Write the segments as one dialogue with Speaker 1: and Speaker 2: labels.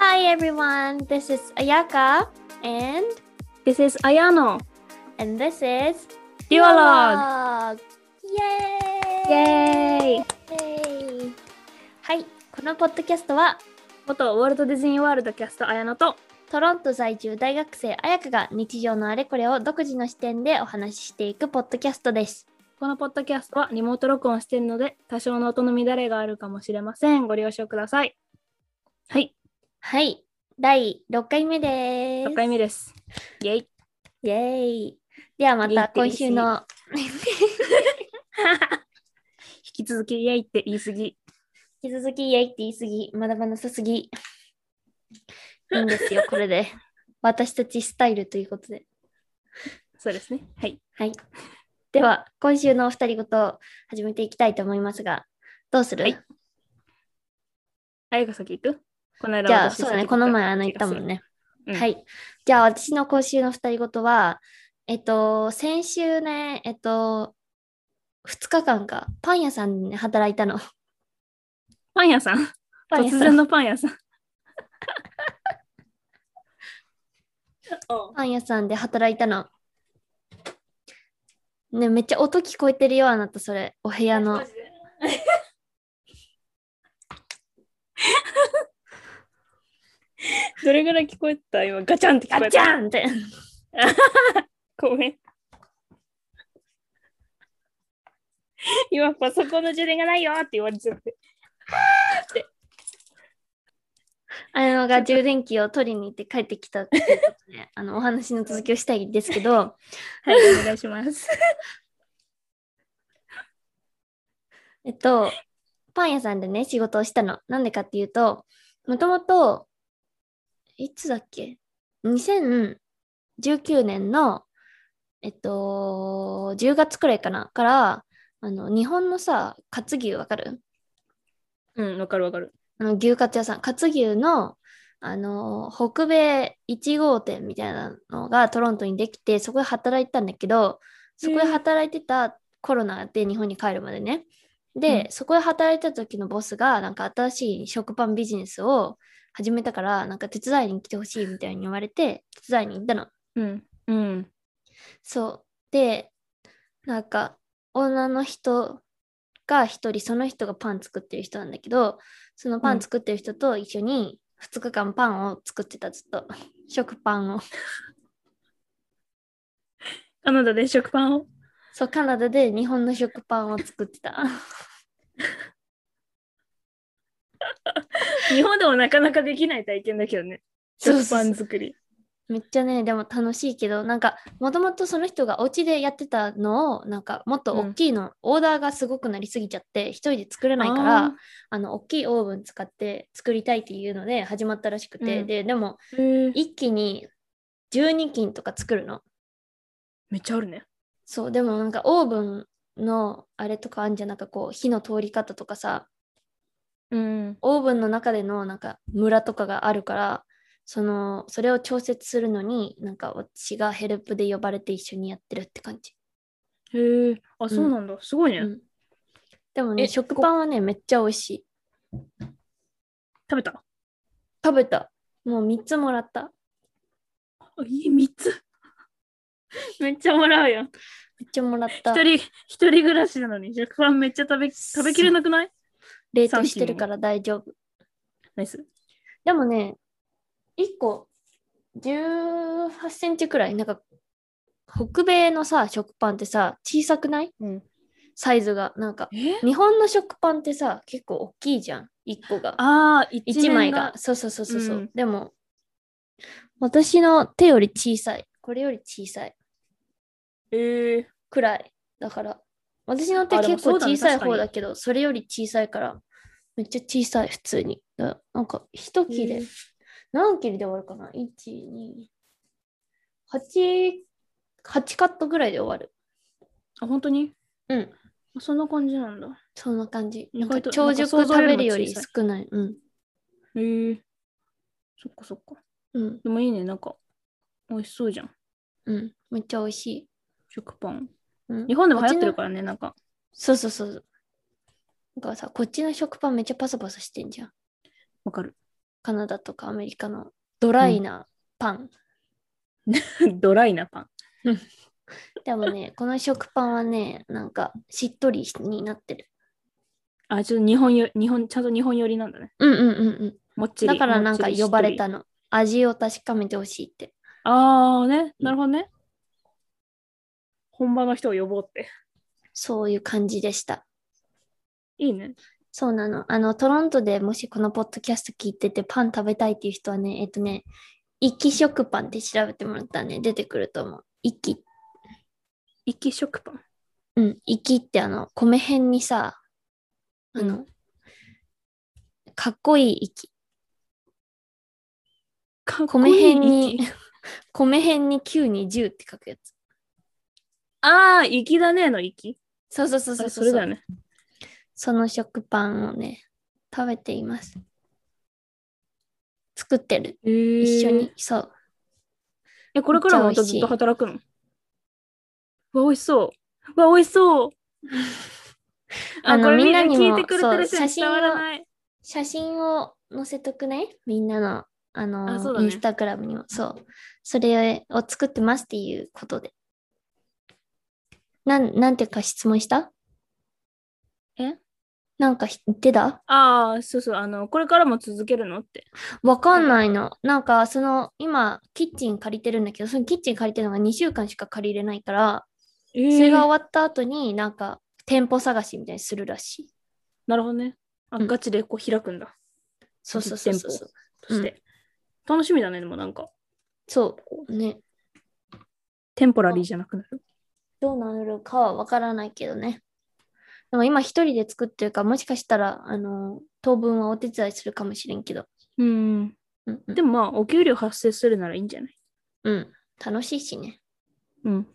Speaker 1: everyone. This is Ayaka and
Speaker 2: This is Ayano.
Speaker 1: and this is
Speaker 2: Duologue.
Speaker 1: Duologue. Yay!
Speaker 2: イェーイ
Speaker 1: Yay! はい、このポッドキャストは
Speaker 2: 元ウォルト・ディズニー・ワールドキャスト綾乃と
Speaker 1: トロント在住大学生あやかが日常のあれこれを独自の視点でお話ししていくポッドキャストです。
Speaker 2: このポッドキャストはリモート録音しているので多少の音の乱れがあるかもしれませんご了承くださいはい
Speaker 1: はい、第6回目です。
Speaker 2: 6回目ですイェイ
Speaker 1: イェーイ。ではまた今週の
Speaker 2: 引き続きイェイって言い過ぎ
Speaker 1: 引き続きイエイって言い過ぎ、まだまださすぎ。いいんですよ、これで。私たちスタイルということで。
Speaker 2: そうですねはい
Speaker 1: はい。では、今週のお二人ごとを始めていきたいと思いますが、どうする、
Speaker 2: はい綾香先行くこの間
Speaker 1: じゃあ、
Speaker 2: 私先
Speaker 1: そうだ
Speaker 2: 行
Speaker 1: ね、
Speaker 2: た
Speaker 1: この前あの言ったもんね。
Speaker 2: うん
Speaker 1: はい。じゃあ、私の今週の二人ごとは、えっと、先週ね、えっと、2日間か、パン屋さんで働いたの。
Speaker 2: パン屋さん
Speaker 1: パン屋
Speaker 2: 突
Speaker 1: さ
Speaker 2: 然
Speaker 1: ん
Speaker 2: のパン屋 さん
Speaker 1: パン屋さんで働いたの。ね、めっちゃ音聞こえてるよ、あなた、それ。お部屋の。
Speaker 2: どれぐらい聞こえた今ガチャンって聞こ
Speaker 1: ガ
Speaker 2: え
Speaker 1: チ
Speaker 2: た
Speaker 1: ャンって。
Speaker 2: ごめん。今パソコンの充電がないよって言われちゃって。
Speaker 1: あやのが充電器を取りに行って帰ってきたっていうことで、 あのお話の続きをしたいんですけど、
Speaker 2: はい、お願いします。
Speaker 1: えっと、パン屋さんでね、仕事をしたの。なんでかっていうと、もともと、いつだっけ ?2019 年の、えっと、10月くらいかなから、あの、日本のさ、カツ牛わかる
Speaker 2: うん、わかるわかる。
Speaker 1: あの牛カツ屋さん、カツ牛の、あのー北米1号店みたいなのがトロントにできて、そこで働いてたんだけど、そこで
Speaker 2: へえ
Speaker 1: 働いてたコロナで日本に帰るまでね。で、
Speaker 2: う
Speaker 1: そこで働いてた時のボスが、なんか新しい食パンビジネスを始めたから、なんか手伝いに来てほしいみたいに言われて、手伝いに行ったの。
Speaker 2: うん。うん。
Speaker 1: そう。で、なんか、女の人が一人、その人がパン作ってる人なんだけど、そのパ
Speaker 2: うん
Speaker 1: ン作ってる人と一緒に2日間パンを作ってた、ずっと。食パンを。
Speaker 2: カナダで食パンを。
Speaker 1: そう、カナダで日本の食パンを作ってた。
Speaker 2: 日本でもなかなかできない体験だけどね。
Speaker 1: そう
Speaker 2: 食
Speaker 1: そ
Speaker 2: パ
Speaker 1: うそ
Speaker 2: ン
Speaker 1: う
Speaker 2: 作り。
Speaker 1: めっちゃね、でも楽しいけど、なんか、もともとその人がお家でやってたのを、なんか、もっと大きいの、オーダーがすごくなりすぎちゃって、一人で作れないから、あの、大きいオーブン使って作りたいっていうので始まったらしくて、
Speaker 2: うん
Speaker 1: で、でも、
Speaker 2: あー。
Speaker 1: 一気に12斤とか作るの。
Speaker 2: めっちゃあるね。
Speaker 1: そう、でもなんかオーブンのあれとかあんじゃんなんかこう火の通り方とかさ、
Speaker 2: うん。
Speaker 1: オーブンの中でのなんかムラとかがあるから、そのそれを調節するのになんか私がヘルプで呼ばれて一緒にやってるって感じ。
Speaker 2: へえ。あ、そうなんだ。すごいね。
Speaker 1: うんでもね、
Speaker 2: え
Speaker 1: 食パンはね、めっちゃ美味しい。
Speaker 2: 食べた
Speaker 1: 食べた。もう3つもらった。
Speaker 2: あいい、3つ。めっちゃもらうやん。
Speaker 1: めっちゃもらった。
Speaker 2: 一人、一人暮らしなのに食パンめっちゃ食べ、食べきれなくない
Speaker 1: 冷凍してるから大丈夫。
Speaker 2: ナイス。
Speaker 1: でもね、1個18センチくらい、なんか北米のさ、食パンってさ、小さくない
Speaker 2: うん。
Speaker 1: サイズが。なんか、
Speaker 2: え
Speaker 1: 日本の食パンってさ、結構大きいじゃん、1個が。
Speaker 2: ああ、一
Speaker 1: 1枚
Speaker 2: 枚
Speaker 1: が
Speaker 2: が。。
Speaker 1: そうそうそうそう。う
Speaker 2: うん
Speaker 1: でも、私の手より小さい。これより小さい
Speaker 2: ええ
Speaker 1: くらい。だから、私の手
Speaker 2: あでも
Speaker 1: 結構
Speaker 2: そうだね
Speaker 1: 小さい
Speaker 2: 確かに
Speaker 1: 方だけど、それより小さいから、めっちゃ小さい、普通に。だなんか、一切れ。
Speaker 2: うん
Speaker 1: 何切れで終わるかな ?1、2、8、8カットぐらいで終わる。
Speaker 2: あ、本当に
Speaker 1: うん。
Speaker 2: そんな感じなんだ。
Speaker 1: そんな感じ。
Speaker 2: 意
Speaker 1: なんか
Speaker 2: 外と
Speaker 1: 長
Speaker 2: な
Speaker 1: 熟
Speaker 2: ん
Speaker 1: 食
Speaker 2: か想像よりも
Speaker 1: べるより
Speaker 2: 小さい
Speaker 1: 少ない。うん。
Speaker 2: ええそっかそっか。
Speaker 1: うん。
Speaker 2: でもいいね、なんか。美味しそうじゃん。
Speaker 1: うん。めっちゃ美味しい。
Speaker 2: 食パン。
Speaker 1: うん
Speaker 2: 日本でも流行ってる
Speaker 1: こっちの
Speaker 2: からね、なんか。
Speaker 1: そうそうそう。だからさ、こっちの食パンめっちゃパサパサしてんじゃん。わ
Speaker 2: わかる。
Speaker 1: カナダとかアメリカのドライなパン。
Speaker 2: ドライなパン。
Speaker 1: でもね、この食パンはね、なんかしっとりになってる。
Speaker 2: あ、ちょっと日本よ、日本、ちゃんと日本寄りなんだね。
Speaker 1: うんうんうん
Speaker 2: もっち
Speaker 1: うん。だ
Speaker 2: り。
Speaker 1: からなんか
Speaker 2: もっちり
Speaker 1: 呼ばれ
Speaker 2: しっと
Speaker 1: た
Speaker 2: り。
Speaker 1: の。味を確かめてほしいって。
Speaker 2: ああ、ね。なるほどね。本場の人を呼ぼうって。
Speaker 1: そういう感じでした。
Speaker 2: いいね。
Speaker 1: そうなの。あの、トロントでもしこのポッドキャスト聞いててパン食べたいっていう人はね、えっとね、一気食パンって調べてもらったらね、出てくると思う。一気。
Speaker 2: 一気食パン。
Speaker 1: うん、一気ってあの、米辺にさ、あの、かっこいい息。
Speaker 2: かっこ
Speaker 1: 米
Speaker 2: いい
Speaker 1: 辺に、 米辺に9に10って書くやつ。
Speaker 2: ああ、粋だねの粋。
Speaker 1: そうそうそう
Speaker 2: そ
Speaker 1: そう
Speaker 2: れそれだよね。
Speaker 1: その食パンをね、食べています。作ってる。一
Speaker 2: 一
Speaker 1: 緒に。。そう。
Speaker 2: え、これからもまたずっと働くのうわ、美味しそう。うわ、美味 しそう。
Speaker 1: あの
Speaker 2: これ
Speaker 1: みんなにも
Speaker 2: 聞いてくれてる人に
Speaker 1: そう
Speaker 2: 伝わらない。
Speaker 1: 写真を載せとくね。みんなの、あの、
Speaker 2: あそうだね
Speaker 1: インスタグラムにも。そう。それを作ってますっていうことで。なん、なんていうか質問した
Speaker 2: え
Speaker 1: なんかひ言ってた
Speaker 2: ああ、そうそう。あの、これからも続けるのって。
Speaker 1: わかんないの。なんか、その、今、キッチン借りてるんだけど、そのキッチン借りてるのが2週間しか借りれないから、
Speaker 2: そ
Speaker 1: それ
Speaker 2: れ
Speaker 1: が
Speaker 2: が
Speaker 1: 終わった後に、なんか、店舗探しみたいにするらしい。
Speaker 2: なるほどね。あ、
Speaker 1: うん
Speaker 2: ガチでこう開くんだ。
Speaker 1: そうそうそうそう
Speaker 2: 実店
Speaker 1: そう
Speaker 2: 舗。として。楽しみだね、でもなんか。
Speaker 1: そう。ね。
Speaker 2: テンポラリーじゃなくなる。
Speaker 1: どうなるかはわからないけどね。でも今一人で作ってるから、もしかしたら、あの、当分はお手伝いするかもしれんけど。
Speaker 2: うん。
Speaker 1: うん、うん。
Speaker 2: でもまあ、お給料発生するならいいんじゃない
Speaker 1: うん。楽しいしね。
Speaker 2: うん。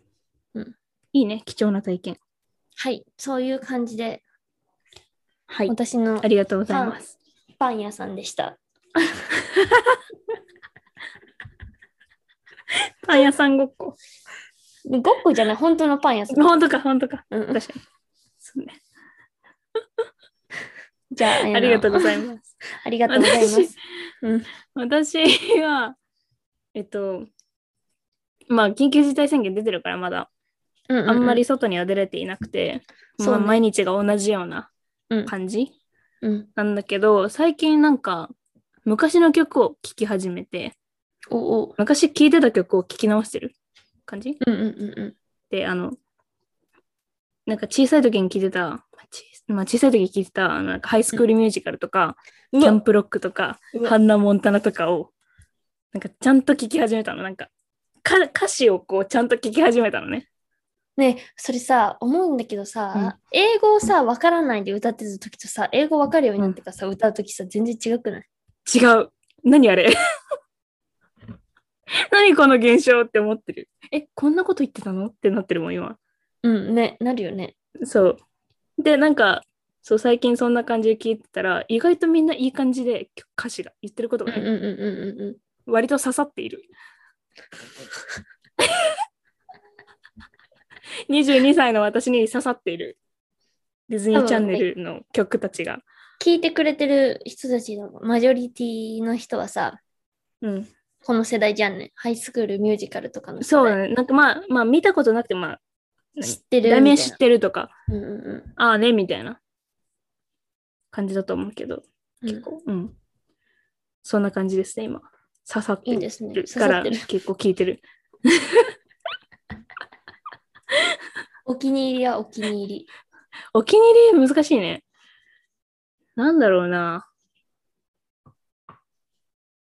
Speaker 1: うん
Speaker 2: いいね。貴重な体験。
Speaker 1: はい。そういう感じで、
Speaker 2: はい。
Speaker 1: 私の
Speaker 2: ありがとうございます。
Speaker 1: パン屋さんでした。
Speaker 2: パン屋さんごっこ。
Speaker 1: ごっこじゃない、本当のパン屋さん。
Speaker 2: 本当か、本当か。
Speaker 1: うん、
Speaker 2: 確かに。そうね。
Speaker 1: じゃあ、
Speaker 2: ありがとうご
Speaker 1: います
Speaker 2: ざいます。
Speaker 1: ありがとうございます。
Speaker 2: 私は、えっと、まあ、緊急事態宣言出てるから、まだ、
Speaker 1: ううう
Speaker 2: あんまり、外には出れていなくて、
Speaker 1: そうね
Speaker 2: まあ、毎日が同じような
Speaker 1: うん
Speaker 2: 感じ
Speaker 1: うん、
Speaker 2: なんだけど、最近なんか、昔の曲を聴き始めて、
Speaker 1: おお、
Speaker 2: 昔聴いてた曲を聴き直してる感じ
Speaker 1: うんうんうんうん、
Speaker 2: で、あの、なんか小さい時に聴いてた、まあ小まあ、小さい時に聴いてた、なんかハイスクールミュージカルとか、
Speaker 1: う
Speaker 2: キャン
Speaker 1: わ
Speaker 2: プロックとか、
Speaker 1: うわ
Speaker 2: ハンナ・モンタナとかを、なんかちゃんと聞き始めたの。なんか、か歌詞をこうちゃんと聞き始めたのね。
Speaker 1: ねえそれさ思うんだけどさ、英語をさわからないで歌ってた時とさ英語わかるようになってからさ、歌う時さ全然違くない
Speaker 2: 違う。何あれ 何この現象って思ってる。え、こんなこと言ってたのってなってるもん、今。
Speaker 1: うんねなるよね
Speaker 2: そう。で、なんか、そう、最近そんな感じで聞いてたら、意外とみんないい感じで歌詞が言ってること
Speaker 1: うん
Speaker 2: が
Speaker 1: うん
Speaker 2: ね、
Speaker 1: うんうんうん
Speaker 2: 割と刺さっている。22歳の私に刺さっている。ディズニーチャンネルの曲たちが。
Speaker 1: 聞いてくれてる人たちのマジョリティの人はさ
Speaker 2: うん、
Speaker 1: この世代じゃんねハイスクールミュージカルとかの世
Speaker 2: そう
Speaker 1: 代
Speaker 2: だね。なんかまあ、まあ見たことなくて、まあ、
Speaker 1: 知ってる
Speaker 2: 題名
Speaker 1: みたい
Speaker 2: 知っ
Speaker 1: な
Speaker 2: てるとか、
Speaker 1: うんうん
Speaker 2: ああね、みたいな感じだと思うけど、
Speaker 1: うん
Speaker 2: 結構、うん。そんな感じですね、今。刺さって
Speaker 1: い
Speaker 2: る
Speaker 1: いですね
Speaker 2: る
Speaker 1: 刺
Speaker 2: か
Speaker 1: さっ
Speaker 2: ら
Speaker 1: てる
Speaker 2: 結構聞いてる。
Speaker 1: お気に入りはお気に入り
Speaker 2: お気に入り難しいね。なんだろうな。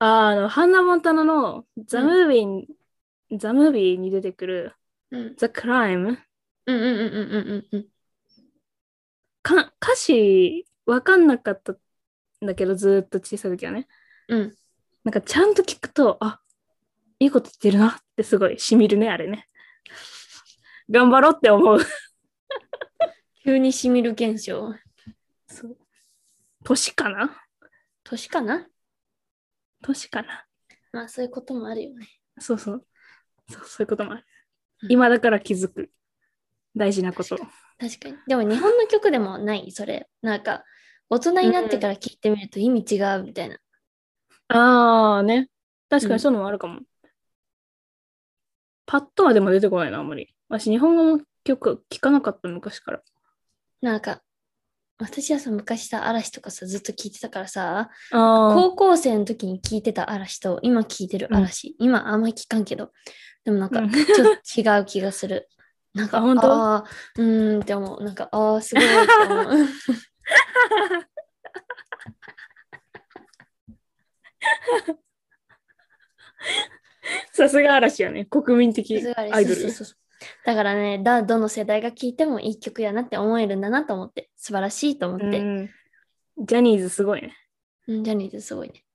Speaker 2: あー、あの、ハンナ・モンタナのザ・ムービーに、ザ・ムービーに出てくる
Speaker 1: うん
Speaker 2: ザ・クライム。
Speaker 1: うんうんうんうんうんうん
Speaker 2: か歌詞わかんなかったんだけど、ずーっと小さい時はね。
Speaker 1: うん
Speaker 2: なんかちゃんと聞くと、あいいこと言ってるなってすごいしみるね、あれね。頑張ろうって思う。
Speaker 1: 急にしみる現象
Speaker 2: そう年かな
Speaker 1: 年かな
Speaker 2: 年かな
Speaker 1: まあそういうこともあるよね。
Speaker 2: そうそう。そうそういうこともある
Speaker 1: う。ん
Speaker 2: 今だから気づく。大事なこと。
Speaker 1: 確かに。でも日本の曲でもない、それ。なんか、大人になってから聴いてみると意味違うみたいな。
Speaker 2: ああね。確か
Speaker 1: うん
Speaker 2: にそういうのもあるかも。パッとはでも出てこないな、あんまり。私、日本語の曲聞かなかった、昔から。
Speaker 1: なんか、私はさ、昔さ、嵐とかさ、ずっと聞いてたからさ、
Speaker 2: ああ。
Speaker 1: 高校生の時に聞いてた嵐と、今聞いてる嵐、今あんまり聞かんけど、でもなんか、
Speaker 2: うん
Speaker 1: ちょっと違う気がす る。なんか、
Speaker 2: あ本当
Speaker 1: あーうーんって思う。なんか、ああ、すごいって 思う。
Speaker 2: さすが嵐やね。国民的
Speaker 1: さすがです
Speaker 2: アイドル
Speaker 1: そう。そうそうだからねだ、どの世代が聴いてもいい曲やなって思えるんだなと思って、素晴らしいと思って、うん
Speaker 2: うんジャニーズすごいね。
Speaker 1: ジャニーズすごいね。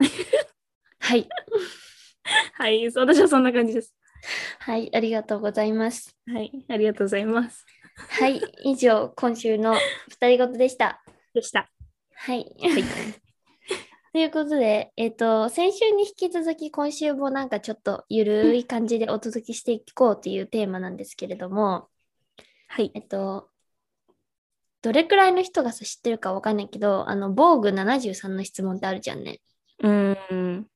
Speaker 1: はい、
Speaker 2: はい、そう私はそんな感じです。
Speaker 1: はい、ありがとうございます。
Speaker 2: はい、ありがとうございます。
Speaker 1: はい、以上、今週の二人ごとでした。
Speaker 2: でした。
Speaker 1: はい。
Speaker 2: はい
Speaker 1: ということで、えっ、と、先週に引き続き、今週もなんかちょっとゆるい感じでお届けしていこうというテーマなんですけれども、
Speaker 2: はい
Speaker 1: え。っと、どれくらいの人がさ知ってるかわかんないけど、あの、防具73の質問ってあるじゃんね。
Speaker 2: うん。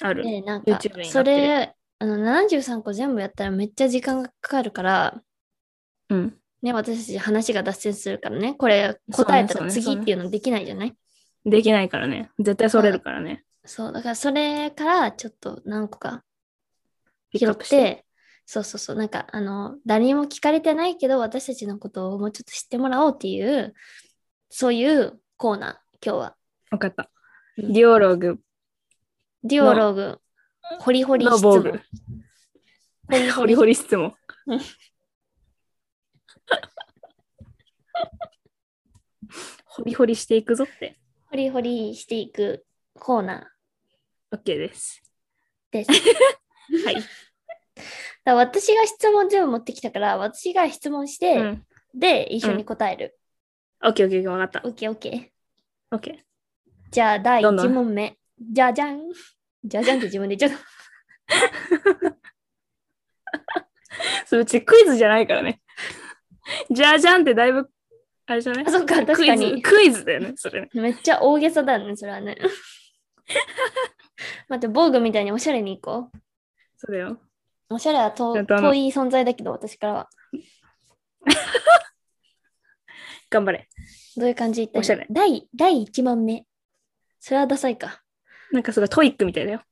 Speaker 2: ある。
Speaker 1: で、なんか
Speaker 2: YouTube になって、る
Speaker 1: それ、あの、73個全部やったらめっちゃ時間がかかるから、
Speaker 2: うん。
Speaker 1: ね、私たち話が脱線するからね、これ
Speaker 2: そうね
Speaker 1: 答えた
Speaker 2: そう
Speaker 1: ら
Speaker 2: ね
Speaker 1: 次っていうのできないじゃない
Speaker 2: できないからね。絶対それるからね。
Speaker 1: そう、だからそれからちょっと何個か
Speaker 2: ピック
Speaker 1: 拾
Speaker 2: ア
Speaker 1: っ
Speaker 2: ップして。
Speaker 1: て、そうそうそう、なんかあの、誰にも聞かれてないけど、私たちのことをもうちょっと知ってもらおうっていう、そういうコーナー、今日は。
Speaker 2: わかった。
Speaker 1: うん
Speaker 2: ディオログ
Speaker 1: デュオログ、ホリホリ
Speaker 2: の
Speaker 1: 質
Speaker 2: 防
Speaker 1: 問。
Speaker 2: 具。
Speaker 1: ホリ
Speaker 2: ホリホリ質問。ホリホリしていくぞって。
Speaker 1: ホリホリしていくコーナー
Speaker 2: OK です。
Speaker 1: です。
Speaker 2: はい。
Speaker 1: だから私が質問全部持ってきたから、私が質問して、
Speaker 2: うん。
Speaker 1: で、一緒に答える。
Speaker 2: OKOK、わかった
Speaker 1: オ。ッケーオッケ
Speaker 2: OK。
Speaker 1: ー。じゃあ、第
Speaker 2: どんどん
Speaker 1: 1問目。じゃじゃん。じゃじゃんって自分で 言っちょっと。
Speaker 2: それうちクイズじゃないからね。じゃあじゃんってだいぶ、あれじゃない
Speaker 1: あそっか確かに
Speaker 2: クイズクイズだよね、それね。
Speaker 1: めっちゃ大げさだね、それはね。 待って、防具みたいにおしゃれに行こ
Speaker 2: そうだよ。
Speaker 1: う。おしゃれは遠
Speaker 2: ちゃんとあの
Speaker 1: 遠い存在だけど、私からは。
Speaker 2: 頑張れ。
Speaker 1: どういう感じで言ったらいいの
Speaker 2: お
Speaker 1: 第第1問目。それはダサいか。
Speaker 2: なんかすごいトイックみたいだよ。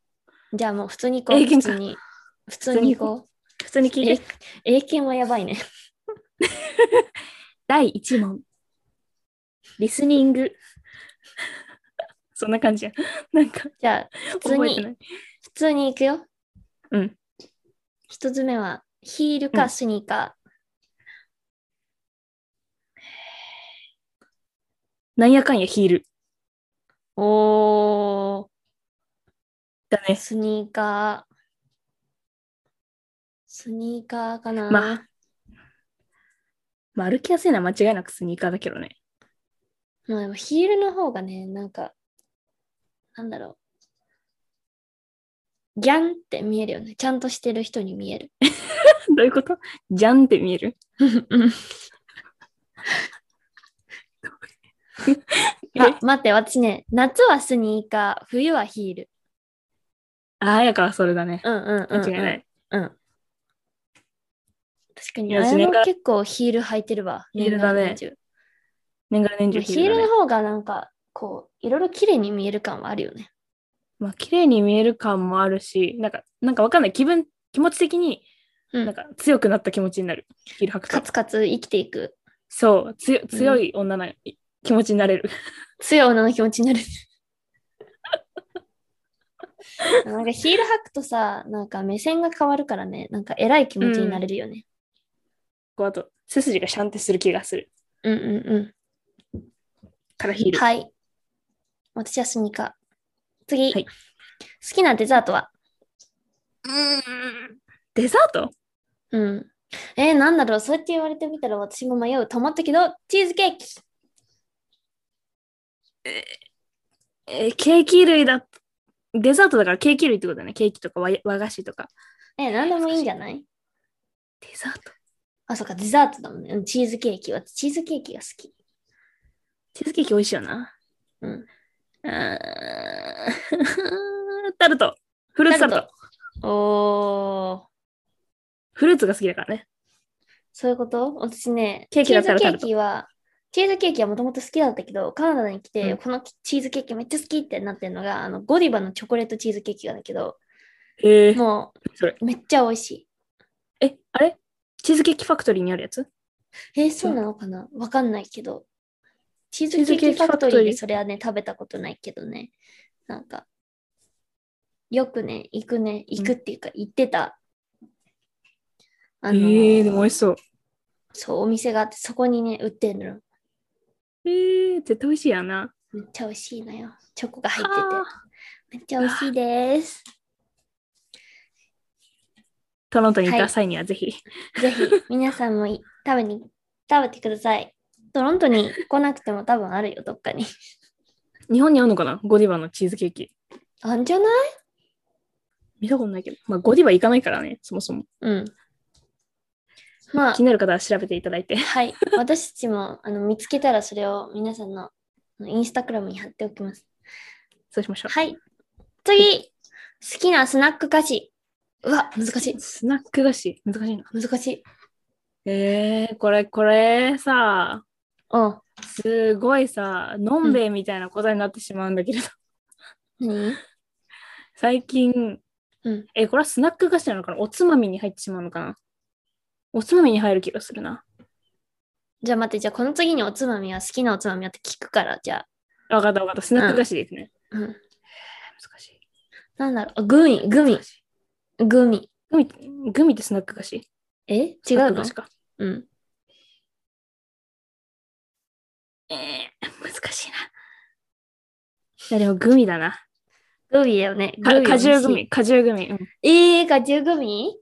Speaker 1: じゃあもう普通に行こう。
Speaker 2: 英
Speaker 1: 普
Speaker 2: 検か
Speaker 1: 通に。普通に行こう。
Speaker 2: 普通に聞い
Speaker 1: 英
Speaker 2: て。
Speaker 1: 英検はやばいね。
Speaker 2: 第1問。リスニング。そんな感じや。なんか、
Speaker 1: じゃあ、普通
Speaker 2: 覚えて
Speaker 1: に、
Speaker 2: ない。
Speaker 1: 普通に行くよ。
Speaker 2: うん。
Speaker 1: 一つ目は、ヒール
Speaker 2: う
Speaker 1: か
Speaker 2: ん
Speaker 1: スニーカ
Speaker 2: なんやかんやヒール。
Speaker 1: ー。お
Speaker 2: だね。
Speaker 1: スニーカー。スニーカーかな、
Speaker 2: まあ、まあ、歩きやすいのは間違いなくスニーカーだけどね。
Speaker 1: まあでもヒールの方がね、なんか、なんだろう。ギャンって見えるよね。ちゃんとしてる人に見える。
Speaker 2: どういうことじゃんって見える。
Speaker 1: あ、待って、私ね、夏はスニーカー、冬はヒール。
Speaker 2: あやからそれだね。
Speaker 1: うんうんうん、うん。
Speaker 2: 間違いない。
Speaker 1: うん。確か
Speaker 2: い
Speaker 1: に、
Speaker 2: や
Speaker 1: あ
Speaker 2: スニ
Speaker 1: れ
Speaker 2: ーカ
Speaker 1: も
Speaker 2: ー
Speaker 1: 結構ヒール履いてるわ。
Speaker 2: ヒールだね
Speaker 1: 年がら年中
Speaker 2: 年がら年中ヒ
Speaker 1: ヒ
Speaker 2: ー
Speaker 1: ー
Speaker 2: ルだ
Speaker 1: ル
Speaker 2: ね
Speaker 1: の。方がなんか、こう、いろいろ綺麗に見える感はあるよね。
Speaker 2: まあ綺麗に見える感もあるし、なんか、なんかわかんない。気分、気持ち的に、
Speaker 1: う
Speaker 2: なん
Speaker 1: ん。
Speaker 2: か強くなった気持ちになる。ヒール履くと
Speaker 1: カツカツ生きていく。
Speaker 2: そう、つよ強い女の気持ちになれる。
Speaker 1: 強い女の気持ち になる。なんかヒール履くとさ、なんか目線が変わるからね、なんか偉い気持ちになれるよね。
Speaker 2: こうあと、背筋がシャンってする気がする。
Speaker 1: うん、うんうん
Speaker 2: からヒール。
Speaker 1: はい。私はスニーカー。次、
Speaker 2: はい
Speaker 1: 好きなデザートは
Speaker 2: デザート
Speaker 1: うん。えー、なんだろう、そうやって言われてみたら私も迷うと思ったけど、チーズケーキ
Speaker 2: えーケーキ類だ。デザートだからケーキ類ってことだね。ケーキとか和和菓子とか。
Speaker 1: えー、なんでもいいんじゃない
Speaker 2: デザート
Speaker 1: あ、そうか、デザートだもんね。うんチーズケーキは、チーズケーキが好き。
Speaker 2: チーズケーキ美味しいよな。
Speaker 1: うん。
Speaker 2: うータルト。フルーツタルト。
Speaker 1: ト。おー。
Speaker 2: フルーツが好きだからね。
Speaker 1: そういうこと私ね、
Speaker 2: ケーキだったら
Speaker 1: チーズ
Speaker 2: タル
Speaker 1: ケ
Speaker 2: ト
Speaker 1: ーキは、チーズケーキはもともと好きだったけど、カナダに来て、
Speaker 2: うん
Speaker 1: このチーズケーキめっちゃ好きってなってるのが、あのゴディバのチョコレートチーズケーキがだけど、
Speaker 2: へえ
Speaker 1: も
Speaker 2: それ。
Speaker 1: うめっちゃ美味し
Speaker 2: え、あれチーズケーキファクトリーにあるやつ
Speaker 1: い。えーそうなのかなわかんないけど。チーズ
Speaker 2: ーズ
Speaker 1: ケ
Speaker 2: ケ
Speaker 1: ー
Speaker 2: ーキ
Speaker 1: キファクト
Speaker 2: ファクト
Speaker 1: リー
Speaker 2: リ
Speaker 1: で
Speaker 2: ー
Speaker 1: それはね、食べたことないけどね。なんか、よくね、行くね、行くっていうか、行ってた。あの、
Speaker 2: ええでも美味しそう。
Speaker 1: そう、お店があって、そこにね、売ってんの。
Speaker 2: ええ絶対美味しいやんな。
Speaker 1: めっちゃ美味しいのよ。チョコが入ってて
Speaker 2: あ。
Speaker 1: めっちゃ美味しいです。
Speaker 2: トロントに行っ
Speaker 1: は
Speaker 2: た
Speaker 1: い
Speaker 2: 際にはぜひ。
Speaker 1: ぜひ皆さんもい 食べに食べてください。トロントに来なくても多分あるよ、どっかに。
Speaker 2: 日本にあるのかなゴディバのチーズケーキ。
Speaker 1: あんじゃない
Speaker 2: 見たことないけど。まあ、ゴディバ行かないからね、そもそも。
Speaker 1: うん。まあ
Speaker 2: 気に、なる方は調べていただいて。
Speaker 1: はい。私たちもあの見つけたらそれを皆さんのあのインスタグラムに貼っておきます。
Speaker 2: そうしましょう。
Speaker 1: はい。次好きなスナック菓子。うわ、難しい。
Speaker 2: スナック菓子、難しいな。
Speaker 1: 難しい。
Speaker 2: ええこれ、これさ、
Speaker 1: うん。
Speaker 2: すごいさ、のんべえみたいな答えになってしまうんだけれど、
Speaker 1: 何
Speaker 2: 最近、
Speaker 1: うん
Speaker 2: え、これはスナック菓子なのかなおつまみに入ってしまうのかなおつまみに入る気がするな。
Speaker 1: じゃあ待って、じゃあこの次におつまみは好きなおつまみはって聞くから、じゃあ。
Speaker 2: わかったわかった。スナック菓子ですね。
Speaker 1: うん。
Speaker 2: 難しい。
Speaker 1: なんだろう。グミ、グミ
Speaker 2: 難、し
Speaker 1: グミ。
Speaker 2: い。グミ、グミってスナック菓子違
Speaker 1: え違
Speaker 2: スナッ
Speaker 1: う
Speaker 2: ク
Speaker 1: の
Speaker 2: 菓子か。
Speaker 1: うん。
Speaker 2: えー、難しいな。いや、でもグミだな。
Speaker 1: グミだよね。
Speaker 2: か果汁グ
Speaker 1: 美味しい。
Speaker 2: ミ、果汁グミ。うん
Speaker 1: えー、果汁グミ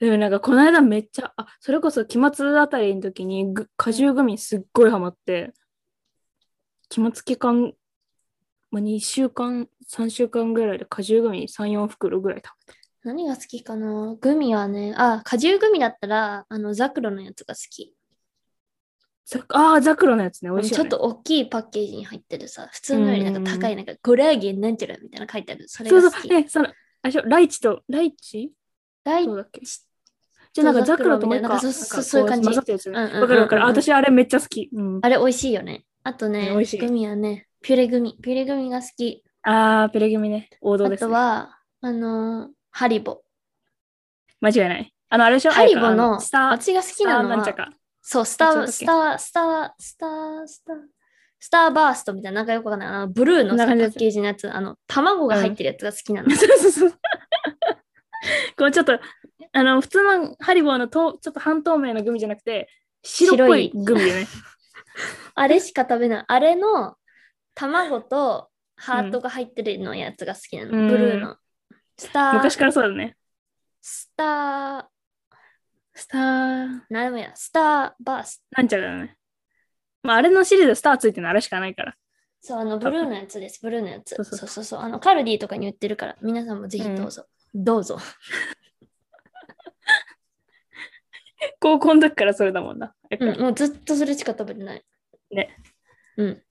Speaker 2: でもなんかこの間めっちゃ、あ、それこそ期末あたりの時にぐ果汁グミすっごいハマって、期末期間、まあ、2週間、3週間ぐらいで果汁グミ3、4袋ぐらい食べた。
Speaker 1: 何が好きかなグミはね、あ、果汁グミだったら、あの、ザクロのやつが好き。
Speaker 2: ザああ、ザクロのやつね、美味しい
Speaker 1: ち
Speaker 2: よ、
Speaker 1: ょっ
Speaker 2: ね。
Speaker 1: と大きいパッケージに入ってるさ、普通のよりなんか高
Speaker 2: う
Speaker 1: い、なんかコラーゲンなんちゃらみたいなの書いてある。それ
Speaker 2: そうそ
Speaker 1: が
Speaker 2: う
Speaker 1: 好き。、
Speaker 2: え、その、あれでしょ、ライチと、ライチ
Speaker 1: 大
Speaker 2: そうだっけじ
Speaker 1: と
Speaker 2: ゃあなんかザクロともう一
Speaker 1: ザ
Speaker 2: 個、
Speaker 1: クロみたいななんかそうそうそういう感じ
Speaker 2: 混ざったやつ
Speaker 1: う
Speaker 2: ね。
Speaker 1: ん
Speaker 2: わ
Speaker 1: うんうんうん
Speaker 2: かるわかる。あ私あれめっちゃ好き。うん、
Speaker 1: あれ美味しいよね。あとね、
Speaker 2: ね美味しい
Speaker 1: グミはね、ピュレグミ。ピュレグミが好き。
Speaker 2: ああ、ペレグミね。王道
Speaker 1: あ
Speaker 2: です、
Speaker 1: と
Speaker 2: ね。
Speaker 1: は、あのーハリボ。
Speaker 2: 間違いない。あの、あれでしょ
Speaker 1: ハリボ
Speaker 2: あ
Speaker 1: の、
Speaker 2: スター、
Speaker 1: 私が好
Speaker 2: ス
Speaker 1: き
Speaker 2: タ
Speaker 1: な
Speaker 2: ー
Speaker 1: の
Speaker 2: なん
Speaker 1: は
Speaker 2: ちゃ、か。
Speaker 1: そう、スタ
Speaker 2: どっ
Speaker 1: ー、
Speaker 2: ち
Speaker 1: ス
Speaker 2: だ
Speaker 1: ター、スター、スター、スター、スターバーストみたいな、なんかよくわかんない。あの、ブルー
Speaker 2: こ
Speaker 1: の
Speaker 2: んな
Speaker 1: さパ
Speaker 2: 感じです
Speaker 1: ッケージのやつ、あの、卵が入ってるやつが好きなの。
Speaker 2: そうそうそう。こうちょっと、あの、普通のハリボーのとちょっと半透明のグミじゃなくて、白っぽい
Speaker 1: 白い
Speaker 2: グミよ ね。
Speaker 1: あれしか食べない。あれの、卵とハートが入ってるのやつが好きなの。
Speaker 2: うん
Speaker 1: ブルーの。スター、
Speaker 2: 昔からそうだね。
Speaker 1: スター、
Speaker 2: スター、
Speaker 1: なんもや、スターバース
Speaker 2: なんちゃらだね。まあ、あれのシリーズスターついてるのあれしかないから。
Speaker 1: ト。そう、あの、ブルーのやつです。ブルーのやつ。そ
Speaker 2: そう
Speaker 1: そ
Speaker 2: うそうう
Speaker 1: そうあの、カルディとかに売ってるから、皆さんもぜひどうぞ。どうぞ。
Speaker 2: 高校の時からそれだもんな。やっぱ,、
Speaker 1: うん、もうずっとそれしか食べてない。
Speaker 2: ね。
Speaker 1: うん。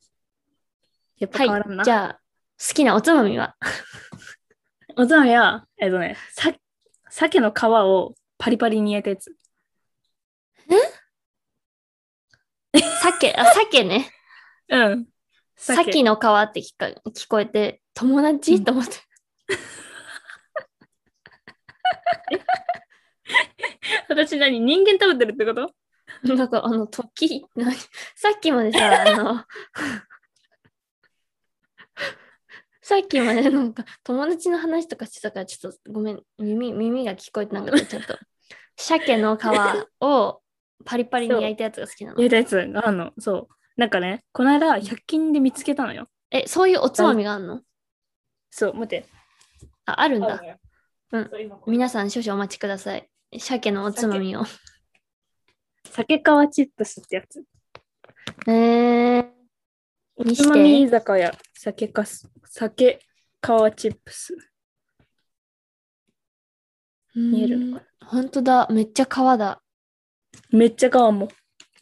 Speaker 2: やっぱ変わらん
Speaker 1: はい。
Speaker 2: な。
Speaker 1: じゃあ、好きなおつまみは
Speaker 2: おつまみは、えっとね、さ鮭の皮をパリパリに焼いたやつ。
Speaker 1: 鮭、あ、鮭ね。
Speaker 2: うん。鮭
Speaker 1: 鮭の皮って聞か聞こえて、友達、
Speaker 2: うん
Speaker 1: と思って。
Speaker 2: 私何人間食べてるってこと
Speaker 1: なんか、あの、時、なさっきまでさ、あの、 さっきまでなんか友達の話とかしてたからちょっとごめん耳耳が聞こえてなかったちょっと鮭の皮をパリパリに焼いたやつが好きなの
Speaker 2: 焼いたやつがあんの。そう。なんかね、この間、100均で見つけたのよ。
Speaker 1: えそういうおつまみがあるの
Speaker 2: そう、待って。
Speaker 1: ああるんだうん
Speaker 2: みんな
Speaker 1: 皆さん少々お待ちください鮭のおつまみを
Speaker 2: 酒川チップスってやつ。
Speaker 1: えー、
Speaker 2: お
Speaker 1: 見して
Speaker 2: つまみ居酒屋、酒かす、酒川チップス。
Speaker 1: 見
Speaker 2: えるのか
Speaker 1: ほんとだめっちゃ皮だ
Speaker 2: めっちゃ皮も、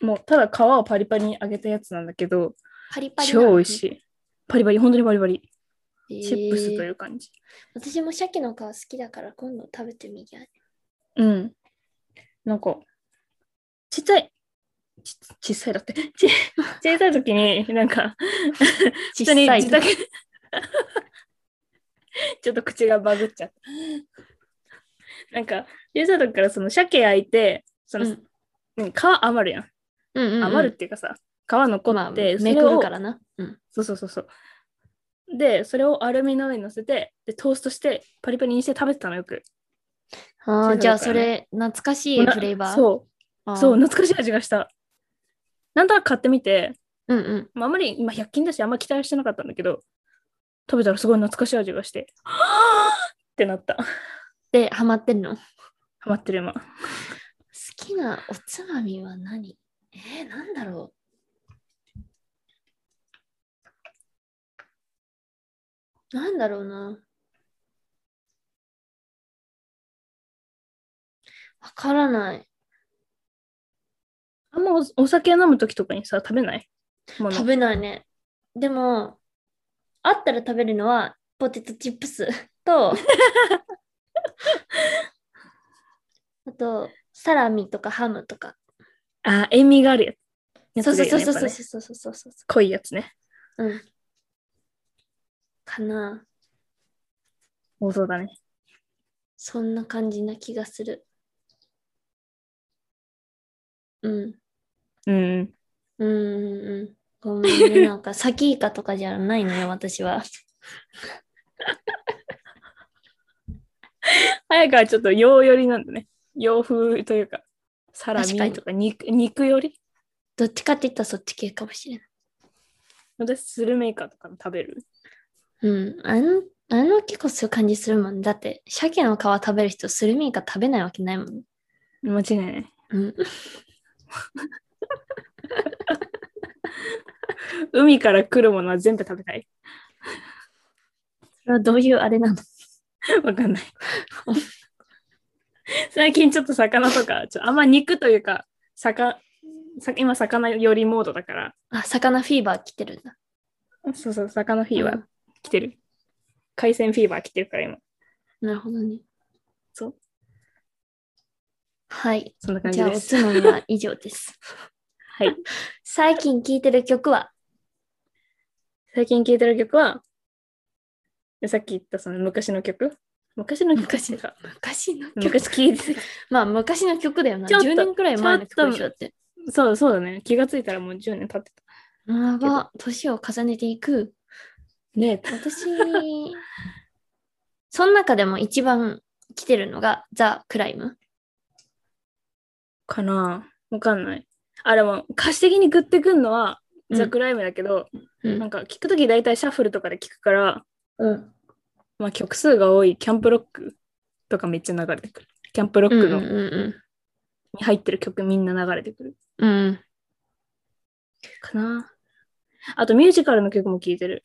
Speaker 2: もうただ皮をパリパリに揚げたやつなんだけど、
Speaker 1: パリパリな
Speaker 2: 超美味しい。パリパリ、本当にパリパリ。チップスとい
Speaker 1: えー
Speaker 2: う感じ。
Speaker 1: 私も鮭の皮好きだから今度食べてみよう。
Speaker 2: うん。なんか、ちっちゃい、ち小さいだって、ち 小さい時に、なんか、普通に自宅 ちょっと口がバグっちゃった。なんか、小さい時からその鮭焼いて、その、
Speaker 1: うん
Speaker 2: うん皮余るやん。
Speaker 1: うんうんうん、
Speaker 2: 余るっていうかさ、皮残
Speaker 1: まあ
Speaker 2: って、そ
Speaker 1: め
Speaker 2: れ
Speaker 1: くる
Speaker 2: を
Speaker 1: からな。うん、
Speaker 2: そうそうそうそう。で、それをアルミの上に乗せて、でトーストして、パリパリにして食べてたのよく。
Speaker 1: あ
Speaker 2: そ
Speaker 1: ー
Speaker 2: う
Speaker 1: じゃあ
Speaker 2: そ
Speaker 1: そう
Speaker 2: だよ
Speaker 1: れ懐かしいフレーバー。う
Speaker 2: そう、
Speaker 1: あー
Speaker 2: そう、懐かしい味がした。なんとなく買ってみて、
Speaker 1: うんうん。
Speaker 2: まあ、あんまり、まあ、100均だし、あんま期待はしてなかったんだけど、食べたらすごい懐かしい味がして、 はぁってなった。
Speaker 1: で、ハマってんの。好
Speaker 2: ハマってる今。
Speaker 1: きなおつまみは何えー、なんだろう。なんだろうな。わからない。
Speaker 2: あんまおお酒飲むときとかにさ、食べないもの
Speaker 1: 食べないね。でも、あったら食べるのはポテトチップス と、あと、サラミとかハムとか。
Speaker 2: あ、塩味があるやつ。
Speaker 1: そうそうそう
Speaker 2: やつがいいよね
Speaker 1: そう
Speaker 2: やっ
Speaker 1: そうそうそうそ
Speaker 2: ぱね
Speaker 1: うそうそ
Speaker 2: 濃いやつね。
Speaker 1: う。うん。かな。
Speaker 2: 多そうだね。
Speaker 1: そんな感じな気がする。うん。
Speaker 2: うん。
Speaker 1: うんうんうん。ごめんね。なんか、サキイカとかじゃないのよ、私は。
Speaker 2: 早川はちょっと洋寄りなんだね。洋風というか、サラ
Speaker 1: 確かに
Speaker 2: ミとか肉肉寄り
Speaker 1: どっちかって言ったらそっち系かもしれない。
Speaker 2: 私、スルメイカとかも食べる。
Speaker 1: うん、あの、あの結構そういう感じするもん。だって、鮭の皮食べる人、スルメイカ食べないわけないもん。
Speaker 2: 間違いない。
Speaker 1: うん、
Speaker 2: 海から来るものは全部食べたい。
Speaker 1: それはどういうあれなの
Speaker 2: わかんない。最近ちょっと魚とか、ちょっとあんま肉というか、魚、さ今魚寄りモードだから、
Speaker 1: あ、魚フィーバー来てるんだ。
Speaker 2: そうそう、魚フィーバ
Speaker 1: う
Speaker 2: ー
Speaker 1: ん
Speaker 2: 来てる。海鮮フィーバー来てるから今。
Speaker 1: なるほどね。
Speaker 2: そう。
Speaker 1: はい。
Speaker 2: そんな感
Speaker 1: じ
Speaker 2: じ
Speaker 1: ゃあ、お
Speaker 2: です。
Speaker 1: つまみは以上 です。
Speaker 2: はい。
Speaker 1: 最近聴いてる曲は
Speaker 2: 最近聴いてる曲は、さっき言ったその昔の曲昔の曲
Speaker 1: 昔
Speaker 2: か。
Speaker 1: 昔の曲。
Speaker 2: 昔聴いて
Speaker 1: まあ、昔の曲だよな。
Speaker 2: ちょっと
Speaker 1: 10年くらい前の曲でし
Speaker 2: ち
Speaker 1: ょ
Speaker 2: ょ
Speaker 1: だって。
Speaker 2: そうそうだね。気がついたらもう10年経ってた。
Speaker 1: やば、年を重ねていく。
Speaker 2: ね
Speaker 1: 私、 その中でも一番来てるのが、ザ・クライム。
Speaker 2: かなわかんない。あ、でも歌詞的にグッてくんのは、
Speaker 1: うん
Speaker 2: ザ・クライムだけど、
Speaker 1: うん
Speaker 2: なんか聞くとき大体シャッフルとかで聞くから、
Speaker 1: うん。
Speaker 2: まあ曲数が多いキャンプロックとかめっちゃ流れてくる。キャンプロックの
Speaker 1: うん
Speaker 2: に
Speaker 1: うん
Speaker 2: 入ってる曲みんな流れてくる。
Speaker 1: うん。うん。
Speaker 2: かなあとミュージカルの曲も聴いてる。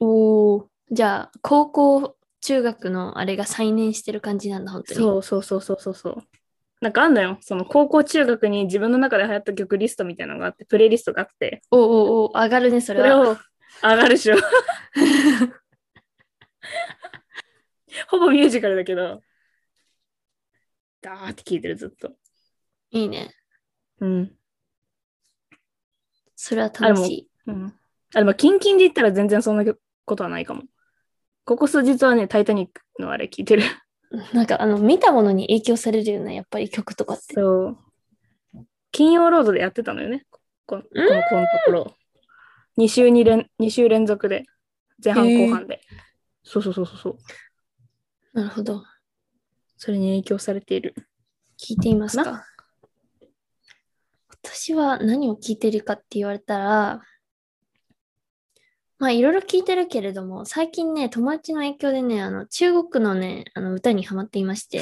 Speaker 1: おお。じゃあ、高校、中学のあれが再燃してる感じなんだ、本当に。
Speaker 2: そうそうそうそうそうそう。なんかあんだよ。その高校中学に自分の中で流行った曲リストみたいなのがあって、プレイリストがあって、
Speaker 1: おおおお、上がるね、そ
Speaker 2: そ
Speaker 1: れ
Speaker 2: れ
Speaker 1: は。
Speaker 2: を上がるで しょ。ほぼミュージカルだけど、ダーって聴いてるずっと。
Speaker 1: いいね。
Speaker 2: うん。
Speaker 1: それは楽しい。
Speaker 2: うん。あ、でも、キンキンで言ったら全然そんなことはないかも。ここ数日はね、タイタニックのあれ聞いてる。
Speaker 1: なんか、あの、見たものに影響されるような、やっぱり曲とかって。
Speaker 2: そう。金曜ロードでやってたのよね。ここのこ
Speaker 1: うん
Speaker 2: のこのところ。2週に連、二週連続で。前半
Speaker 1: へー
Speaker 2: 後半で。そうそうそうそうそう。
Speaker 1: なるほど。
Speaker 2: それに影響されている。
Speaker 1: 聞いています
Speaker 2: か
Speaker 1: か私は何を聞いてるかって言われたら、まあいろいろ聞いてるけれども、最近ね、友達の影響でね、あの中国のね、あの歌にハマっていま して。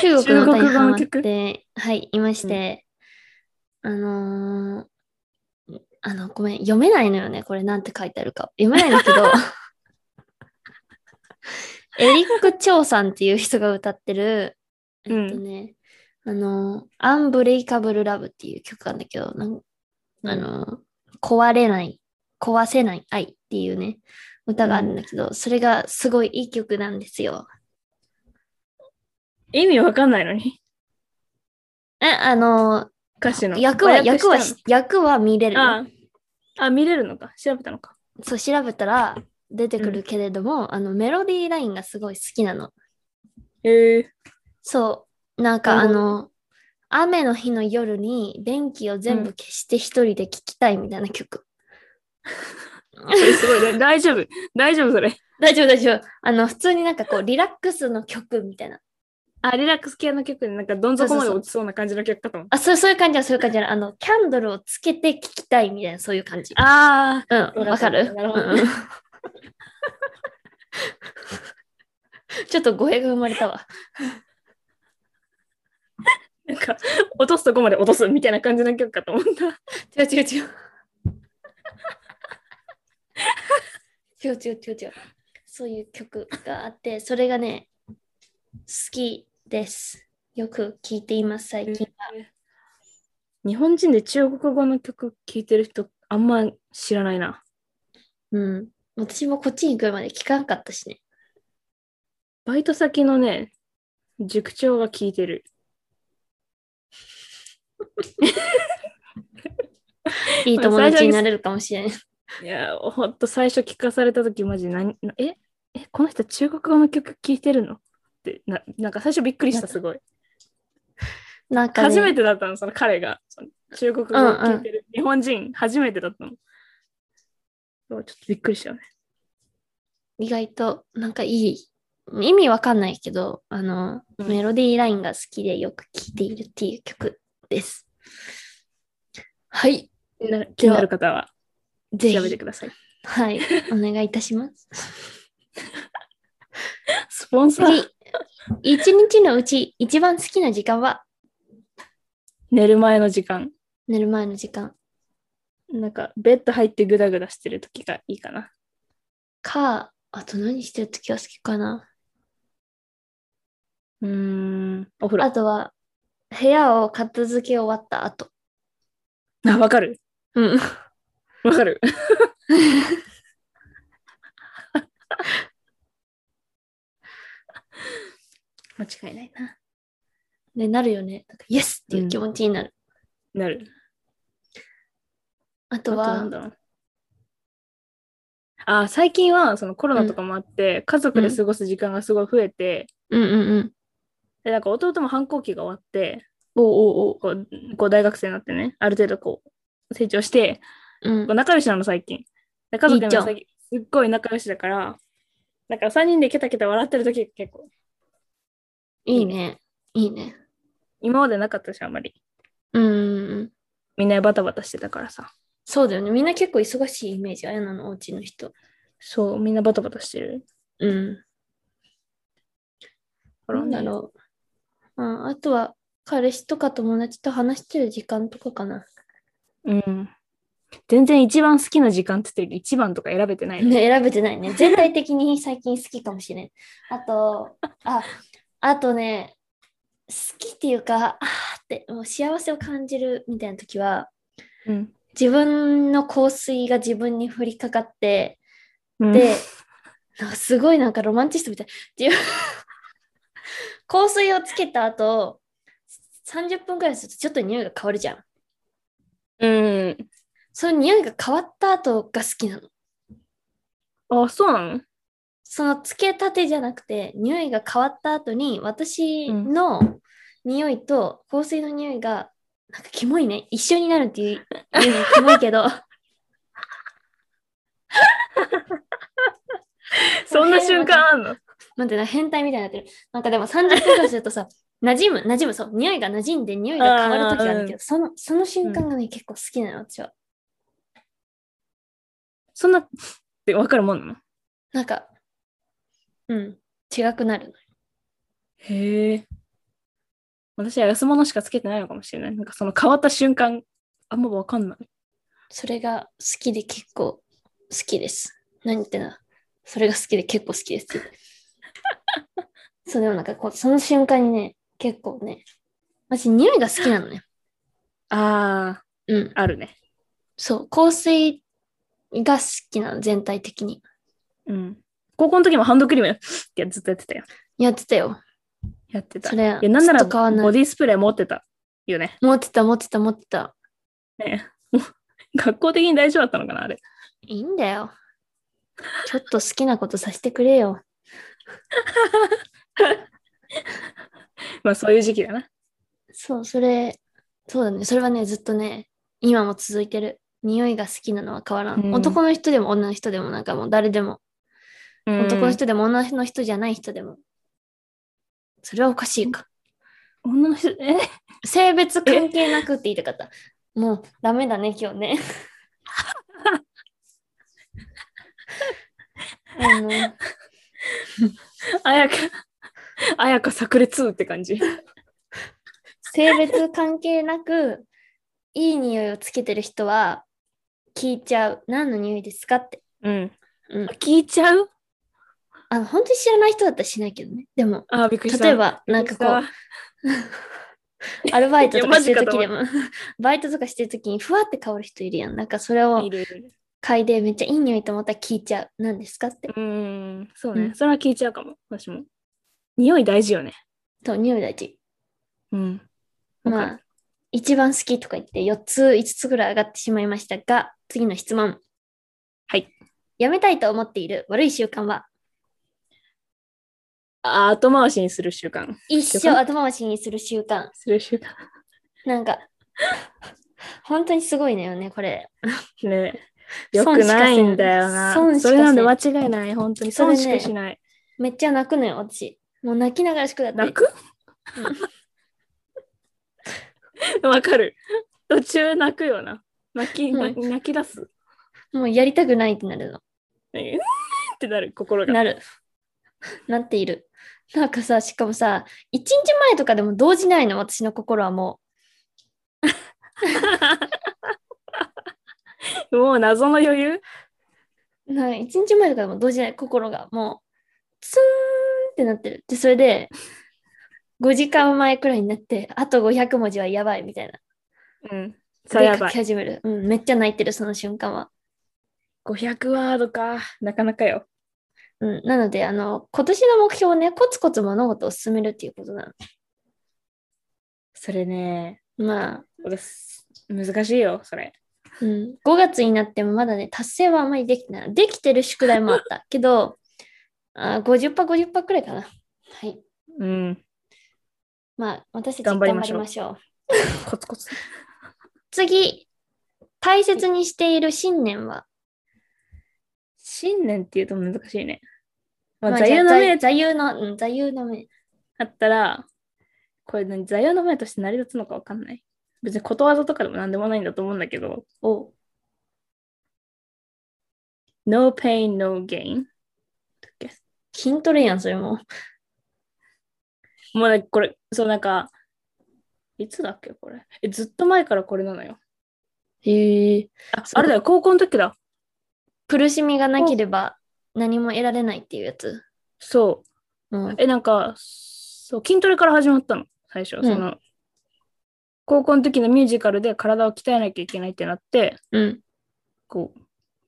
Speaker 1: 中国の歌にハマっ
Speaker 2: 中国
Speaker 1: て、はい、いまして、あのーあの、ごめん、読めないのよね、これなんて書いてあるか。読めないんだけど、エリック・チョウさんっていう人が歌ってる、
Speaker 2: う
Speaker 1: えっと
Speaker 2: ん。
Speaker 1: ね、あの、アンブレイカブル・ラブっていう曲なんだけど、なんあの、壊れない壊せない愛っていうね、歌があるんだけど、それがすごいいい曲なんですよ。
Speaker 2: 意味わかんないのに。
Speaker 1: え、あの
Speaker 2: 歌詞の。
Speaker 1: ー、役は、
Speaker 2: 和訳し
Speaker 1: 役
Speaker 2: たの
Speaker 1: はし、役は見れるよ。
Speaker 2: あああ、見れるのか。調べたのか。
Speaker 1: そう調べたら出てくるけれども、あのメロディーラインがすごい好きなの。
Speaker 2: ええ
Speaker 1: そうなんか
Speaker 2: な
Speaker 1: あ
Speaker 2: るほど
Speaker 1: の雨の日の夜に電気を全部消して一人で聴きたいみたいな曲。
Speaker 2: それすごい ね。大丈夫。大丈夫、それ。
Speaker 1: 大丈夫大丈夫。あの普通になんかこうリラックスの曲みたいな。
Speaker 2: あ、リラックス系の曲で、なんかどん底まで落ちそうな感じの曲かと思った。
Speaker 1: あそうそういう感じはそういう感じじゃない。あのキャンドルをつけて聴きたいみたいなそういう感じ。
Speaker 2: あ
Speaker 1: うん
Speaker 2: た
Speaker 1: わかる
Speaker 2: なるほど
Speaker 1: うんうん ちょっと語弊が生まれたわ。
Speaker 2: あ、なんか、落とすとこまで落とすみたいな感じの曲かと思った。
Speaker 1: 違う違う違う。違う違う違う違う。そういう曲があって、それがね、好きです。よく聴いています、最近。
Speaker 2: 日本人で中国語の曲聴いてる人、あんま知らないな。
Speaker 1: うん。私もこっちに来るまで聴かんかったしね。
Speaker 2: バイト先のね、塾長が聴いてる。
Speaker 1: いい友達になれるかもしれん。
Speaker 2: いやー、ほんと最初聞かされたとき、マジ何、なええ、この人中国語の曲聴いてるのってな、なんか最初びっくりした、すごい。
Speaker 1: なんか、ね、
Speaker 2: 初めてだったの、その彼が。その中国語を聴いてる、日本人、初めてだったの。そうちょっとびっくりしたよね。
Speaker 1: 意外となんかいい意味わかんないけどあの、
Speaker 2: うん
Speaker 1: メロディーラインが好きでよく聴いているっていう曲ですはい
Speaker 2: な気になる方は
Speaker 1: ぜ
Speaker 2: 調べて
Speaker 1: ひ
Speaker 2: ください。
Speaker 1: はい お願いいたします
Speaker 2: スポンサー
Speaker 1: 次一日のうち一番好きな時間は
Speaker 2: 寝る前の時間。
Speaker 1: 寝る前の時間
Speaker 2: なんか、ベッド入ってグダグダしてる時がいいかな。
Speaker 1: かあと何してる時が好きかな
Speaker 2: うーん、お風
Speaker 1: あ
Speaker 2: 呂。
Speaker 1: とは部屋を片付け終わった後
Speaker 2: あ、 わかる。
Speaker 1: うん
Speaker 2: わかる。 間違いないな。
Speaker 1: ねなるよねなんかイエスっていう気持ちになる、
Speaker 2: なる。
Speaker 1: あとは
Speaker 2: あなんだろうあ最近はそのコロナとかもあって、家族で過ごす時間がすごい増えて、
Speaker 1: うんうんうん
Speaker 2: でなんか弟も反抗期が終わって
Speaker 1: おおお
Speaker 2: こうこう大学生になってねある程度こう成長して
Speaker 1: うん
Speaker 2: こう仲良しなの最近で家族
Speaker 1: いい
Speaker 2: でも
Speaker 1: じゃん
Speaker 2: 最近すっごい仲良しだからなんか3人でケタケタ笑ってる時が結構
Speaker 1: いいね。いいね。
Speaker 2: 今までなかったしあんまり
Speaker 1: うんうんうん。
Speaker 2: みんなバタバタしてたからさ
Speaker 1: そうだよね。みんな結構忙しいイメージ、あやなのお家の人。
Speaker 2: そうみんなバタバタしてる
Speaker 1: うん。
Speaker 2: か
Speaker 1: な
Speaker 2: ら、
Speaker 1: ん
Speaker 2: ね、
Speaker 1: だろう。うん、あとは、彼氏とか友達と話してる時間とかかな。
Speaker 2: うん全然一番好きな時間って言ってるけど一番とか選べてないね
Speaker 1: ね、選べてないね。全体的に最近好きかもしれん。あと、あ、あとね、好きっていうか、あーって、もう幸せを感じるみたいな時は、
Speaker 2: うん
Speaker 1: 自分の香水が自分に降りかかって、で、なんかすごいなんかロマンチストみたい。自分香水をつけた後、30分くらいするとちょっと匂いが変わるじゃん。
Speaker 2: うん、
Speaker 1: その匂いが変わった後が好きなの。
Speaker 2: あ、そうなの
Speaker 1: そのつけたてじゃなくて、匂いが変わった後に私の匂いと香水の匂いがなんかキモいね。一緒になるって いう意味でキモいけど。
Speaker 2: そんな瞬間あんの
Speaker 1: なんていうの変態みたいになってる。なんかでも30分ぐらいするとさ、馴染む、馴染む、そう、匂いが馴染んで匂いが変わる時があるんだけど、その、その瞬間がね、結構好きなの、私は。
Speaker 2: そんなってわかるもんなの
Speaker 1: なんか、うん、違くなる。
Speaker 2: へえ。私は安物しかつけてないのかもしれない。なんかその変わった瞬間、あんまわかんない。
Speaker 1: それが好きで結構好きです。何言ってんだそれが好きで結構好きです って。そう、でもなんかこう、その瞬間にね、結構ね、私、匂いが好きなのね。
Speaker 2: ああ、
Speaker 1: うん、
Speaker 2: あるね。
Speaker 1: そう、香水が好きなの、全体的に。
Speaker 2: うん。高校の時もハンドクリームってずっとやって たよ。
Speaker 1: やってたよ。
Speaker 2: やってた。
Speaker 1: そ
Speaker 2: い
Speaker 1: れ、
Speaker 2: や、なんな
Speaker 1: ず
Speaker 2: ら
Speaker 1: っと変わんない
Speaker 2: ボディスプレー持ってたよね。
Speaker 1: 持ってた、持ってた、持ってた。
Speaker 2: ね 学校的に大丈夫だったのかな、あれ。
Speaker 1: いいんだよ。ちょっと好きなことさせてくれよ。
Speaker 2: まあそういう時期だな。
Speaker 1: そう、それ、そうだね。それはね、ずっとね、今も続いてる。匂いが好きなのは変わらん。
Speaker 2: うん
Speaker 1: 男の人でも女の人でもなんかもう誰でも、
Speaker 2: うん
Speaker 1: 男の人でも女の人じゃない人でも。それはおかしいか。
Speaker 2: 女の人、 え
Speaker 1: 性別関係なくって言いたかった。もうダメだね、今日ね。 あの、
Speaker 2: あやか、あやか炸裂って感じ。
Speaker 1: 性別関係なくいい匂いをつけてる人は聞いちゃう何の匂いですかって、
Speaker 2: うん。
Speaker 1: うん、
Speaker 2: 聞いちゃう
Speaker 1: あの本当に知らない人だったらしないけどねでも
Speaker 2: あー、びっくりした。
Speaker 1: 例えばなんかこうアルバイトとかしてる時でも バイトとかしてる時にふわって香る人いるやんなんかそれ
Speaker 2: い
Speaker 1: を
Speaker 2: るいる。
Speaker 1: 嗅いでめっちゃいい匂いと思ったら聞いちゃう何ですかって
Speaker 2: うん、そうね、
Speaker 1: うん
Speaker 2: それは聞いちゃうかも、私も。匂い大事よね。
Speaker 1: と匂い大事
Speaker 2: うん。わか
Speaker 1: ま
Speaker 2: る
Speaker 1: あ一番好きとか言って4つ5つぐらい上がってしまいましたが次の質問
Speaker 2: はい
Speaker 1: やめたいと思っている悪い習慣は
Speaker 2: あー後回しにする習慣。
Speaker 1: 一
Speaker 2: 習
Speaker 1: 生
Speaker 2: 慣
Speaker 1: 後回しにする習慣
Speaker 2: する習慣。
Speaker 1: なんか 本当にすごいのよねこれ
Speaker 2: ね。よくないんだよな。
Speaker 1: 損しかせ
Speaker 2: そ
Speaker 1: ん
Speaker 2: れなんで間違いない、本当に。
Speaker 1: それね
Speaker 2: 損しかしない。
Speaker 1: めっちゃ泣くのよ私もう泣きながら宿題やってる
Speaker 2: 泣くわかる。途中泣くよな。泣き、
Speaker 1: うん
Speaker 2: 泣き出す。
Speaker 1: もうやりたくないってなる
Speaker 2: ねうーんってなる、心
Speaker 1: の
Speaker 2: が。
Speaker 1: なる なっているなんかさしかもさ一日前とかでも動じないの私の心はも
Speaker 2: もう謎の余裕
Speaker 1: うなんか一日前とかでも動じない心がもうツーンってなってるでそれで5時間前くらいになってあと500文字はやばいみたいな
Speaker 2: うん。それ
Speaker 1: で
Speaker 2: や
Speaker 1: 書
Speaker 2: ば
Speaker 1: き
Speaker 2: い。
Speaker 1: 始める、うん、めっちゃ泣いてるその瞬間は
Speaker 2: 500ワードか。なかなかよ。
Speaker 1: うん、なので、あの、今年の目標をね、コツコツ物事を進めるっていうことな
Speaker 2: それね、
Speaker 1: の。まあ、
Speaker 2: 私難しいよ、それ。
Speaker 1: うん、5月になってもまだね、達成はあんまりできてない。できてる宿題もあ った。けど、あー50%、50%くらいかな。はい。
Speaker 2: うん。
Speaker 1: まあ、私たち
Speaker 2: 頑張りましょう
Speaker 1: 頑張りましょう。
Speaker 2: コツコツ。
Speaker 1: 次、大切にしている信念は、
Speaker 2: 信念っていうと難しいね。まあ、
Speaker 1: まあ
Speaker 2: 座右の銘
Speaker 1: 座座右の、うん、座右の銘。
Speaker 2: あったら、これ何座右の銘として成り立つのかわかんない。別にことわざとかでも何でもないんだと思うんだけど、
Speaker 1: お
Speaker 2: No pain, no gain。
Speaker 1: 筋トレやん、それも。
Speaker 2: もうね、これ、そうなんか、いつだっけこれ。え、ずっと前からこれなのよ。
Speaker 1: へえ。
Speaker 2: あ
Speaker 1: そう
Speaker 2: あれだよ、高校の時だ。
Speaker 1: 苦しみがなければ何も得られないっていうやつ。
Speaker 2: そう。
Speaker 1: うん。
Speaker 2: え、なんか、そう、筋トレから始まったの、最初。
Speaker 1: ん
Speaker 2: その、高校の時のミュージカルで体を鍛えなきゃいけないってなって、
Speaker 1: うん。
Speaker 2: こう、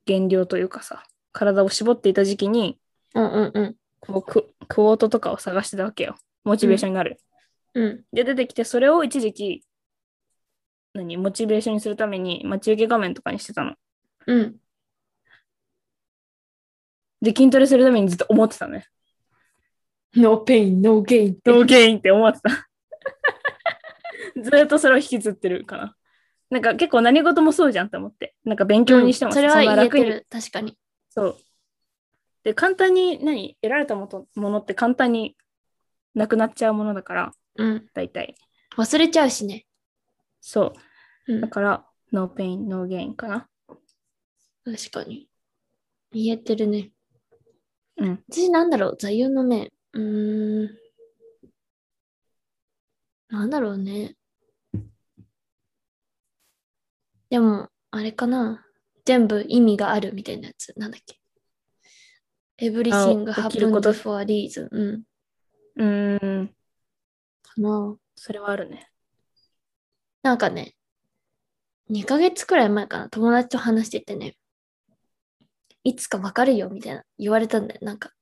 Speaker 2: 減量というかさ、体を絞っていた時期に、
Speaker 1: うんうんうん。
Speaker 2: こうク、クォートとかを探してたわけよ。モチベーションになる。
Speaker 1: うん。
Speaker 2: で、出てきて、それを一時期、何、モチベーションにするために、待ち受け画面とかにしてたの。
Speaker 1: うん。
Speaker 2: で、筋トレするためにずっと思ってたね。
Speaker 1: No pain, no gain.
Speaker 2: ノーゲインって思ってた。ずっとそれを引きずってるかな。なんか結構何事もそうじゃんと思って。なんか勉強にしてもさ、
Speaker 1: それ
Speaker 2: ん
Speaker 1: は
Speaker 2: な
Speaker 1: 言え
Speaker 2: 楽
Speaker 1: て
Speaker 2: に。
Speaker 1: る、確かに。
Speaker 2: そう。で、簡単に何得られたもとものって簡単になくなっちゃうものだから、
Speaker 1: うん。
Speaker 2: 大体。
Speaker 1: 忘れちゃうしね。
Speaker 2: そう。
Speaker 1: うん、
Speaker 2: だ
Speaker 1: 確
Speaker 2: から、ノーペイン、ノーゲインかな。
Speaker 1: かに。言えてるね。
Speaker 2: うん。
Speaker 1: 私なんだろう、座右の銘。うーん。なんだろうね。でも、あれかな。全部意味があるみたいなやつ。なんだっけ。Everything
Speaker 2: あ起きるこ
Speaker 1: happened
Speaker 2: と
Speaker 1: for a reason. うん。
Speaker 2: うーん。
Speaker 1: かな。
Speaker 2: それはあるね。
Speaker 1: なんかね、2ヶ月くらい前かな、友達と話しててね、いつかわかるよみたいな言われたんだよ。なんか、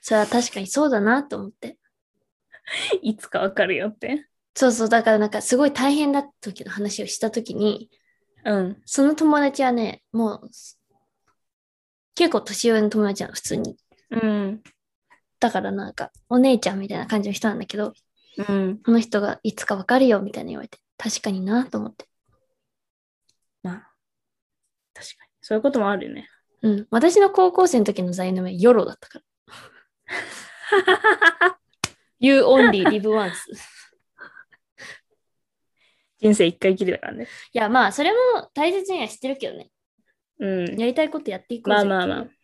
Speaker 1: それは確かにそうだなと思って。
Speaker 2: いつかわかるよって。
Speaker 1: そうそう、だからなんかすごい大変だった時の話をした時に、
Speaker 2: うん。
Speaker 1: その友達はね、もう、結構年上の友達なの、普通に。
Speaker 2: うん。
Speaker 1: だからなんか、お姉ちゃんみたいな感じの人なんだけど、
Speaker 2: うん。
Speaker 1: この人がいつかわかるよみたいな言われて、確かになと思って。
Speaker 2: まあ、確かに。そういうこともあるよね。
Speaker 1: うん。私の高校生の時の座右の銘、ヨロだったから。You only live once.
Speaker 2: 人生一回きりだからね。
Speaker 1: いや、まあ、それも大切にはしてるけどね。
Speaker 2: うん。
Speaker 1: やりたいことやっていこう
Speaker 2: まあ
Speaker 1: ぜ
Speaker 2: まあまあ。
Speaker 1: うん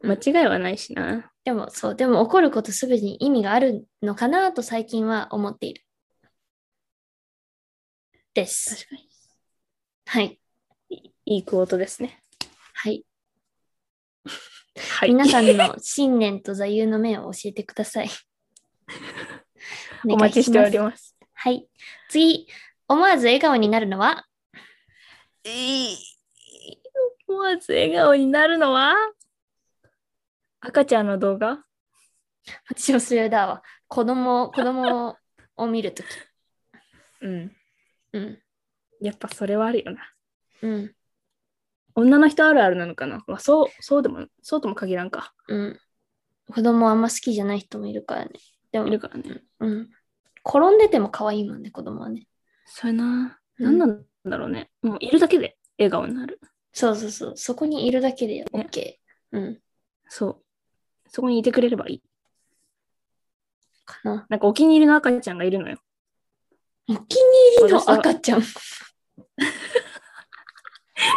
Speaker 2: 間違いはないしな。
Speaker 1: でも、そう、でも怒ることすべてに意味があるのかなと最近は思っている。です。
Speaker 2: 確かに。
Speaker 1: はい。
Speaker 2: いいクォートですね。
Speaker 1: はい。
Speaker 2: はい。
Speaker 1: 皆さんの信念と座右の銘を教えてくださ い。
Speaker 2: お待ちしており
Speaker 1: ます。
Speaker 2: ます。
Speaker 1: はい。次、思わず笑顔になるのは
Speaker 2: 思わず笑顔になるのは赤ちゃんの動画
Speaker 1: 私もそれだわ。子供を、子供を見るとき。
Speaker 2: うん。
Speaker 1: うん。
Speaker 2: やっぱそれはあるよな。
Speaker 1: うん。
Speaker 2: 女の人あるあるなのかな、まあ、そう、そうでも、そうとも限らんか。
Speaker 1: うん。子供あんま好きじゃない人もいるからね。でも、
Speaker 2: いるからね。
Speaker 1: うん。転んでても可愛いもんね、子供はね。
Speaker 2: そうやな。
Speaker 1: うん
Speaker 2: 何なんだろうね。もういるだけで笑顔になる。
Speaker 1: そうそうそう。そこにいるだけで OK。うん。
Speaker 2: そう。そこにいてくれればいい。
Speaker 1: かな。
Speaker 2: なんかお気に入りの赤ちゃんがいるのよ。
Speaker 1: お気に入りの
Speaker 2: 私は
Speaker 1: 赤ちゃ ん。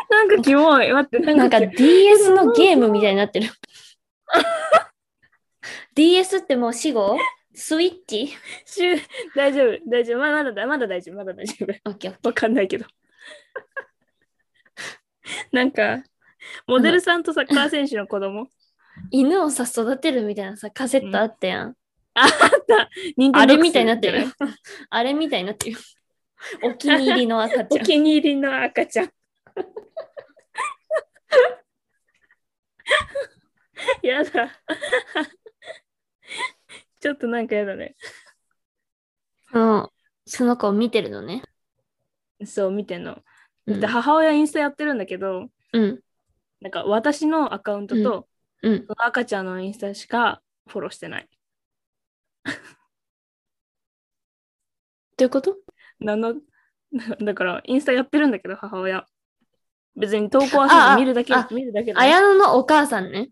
Speaker 2: なんかキモい。待って、な
Speaker 1: なん
Speaker 2: んか
Speaker 1: か DS のゲームみたいになってる。DS ってもう死後スイッチ
Speaker 2: しゅ 大丈夫、大丈夫。まあ、まだだ、まだ大丈夫、まだ大丈夫。
Speaker 1: オッケーオッケ
Speaker 2: わかんないけど。なんか、モデルさんとサッカー選手の子供。
Speaker 1: ー。犬をさ、育てるみたいなさ、カセットあったやん。
Speaker 2: 任
Speaker 1: あ
Speaker 2: 天堂
Speaker 1: れみたいになって
Speaker 2: み
Speaker 1: る
Speaker 2: たい。
Speaker 1: あれみたいになってる。 お気に入りの赤
Speaker 2: お
Speaker 1: ち ゃん。
Speaker 2: 気に入りの赤ちゃん。 やだ。ちょっとなんかやだね。
Speaker 1: うん。その子を見てるのね。
Speaker 2: そう、見てんの。
Speaker 1: うん
Speaker 2: で、。母親インスタやってるんだけど、
Speaker 1: うん。
Speaker 2: なんか私のアカウントと、
Speaker 1: うん
Speaker 2: その赤ちゃんのインスタしかフォローしてない。
Speaker 1: どういうこと
Speaker 2: なんの だから、インスタやってるんだけど、母親。別に投稿は
Speaker 1: あ
Speaker 2: せ
Speaker 1: あ
Speaker 2: ず見るだけ
Speaker 1: あ、
Speaker 2: 見るだけだね、
Speaker 1: 綾乃のお母さんね。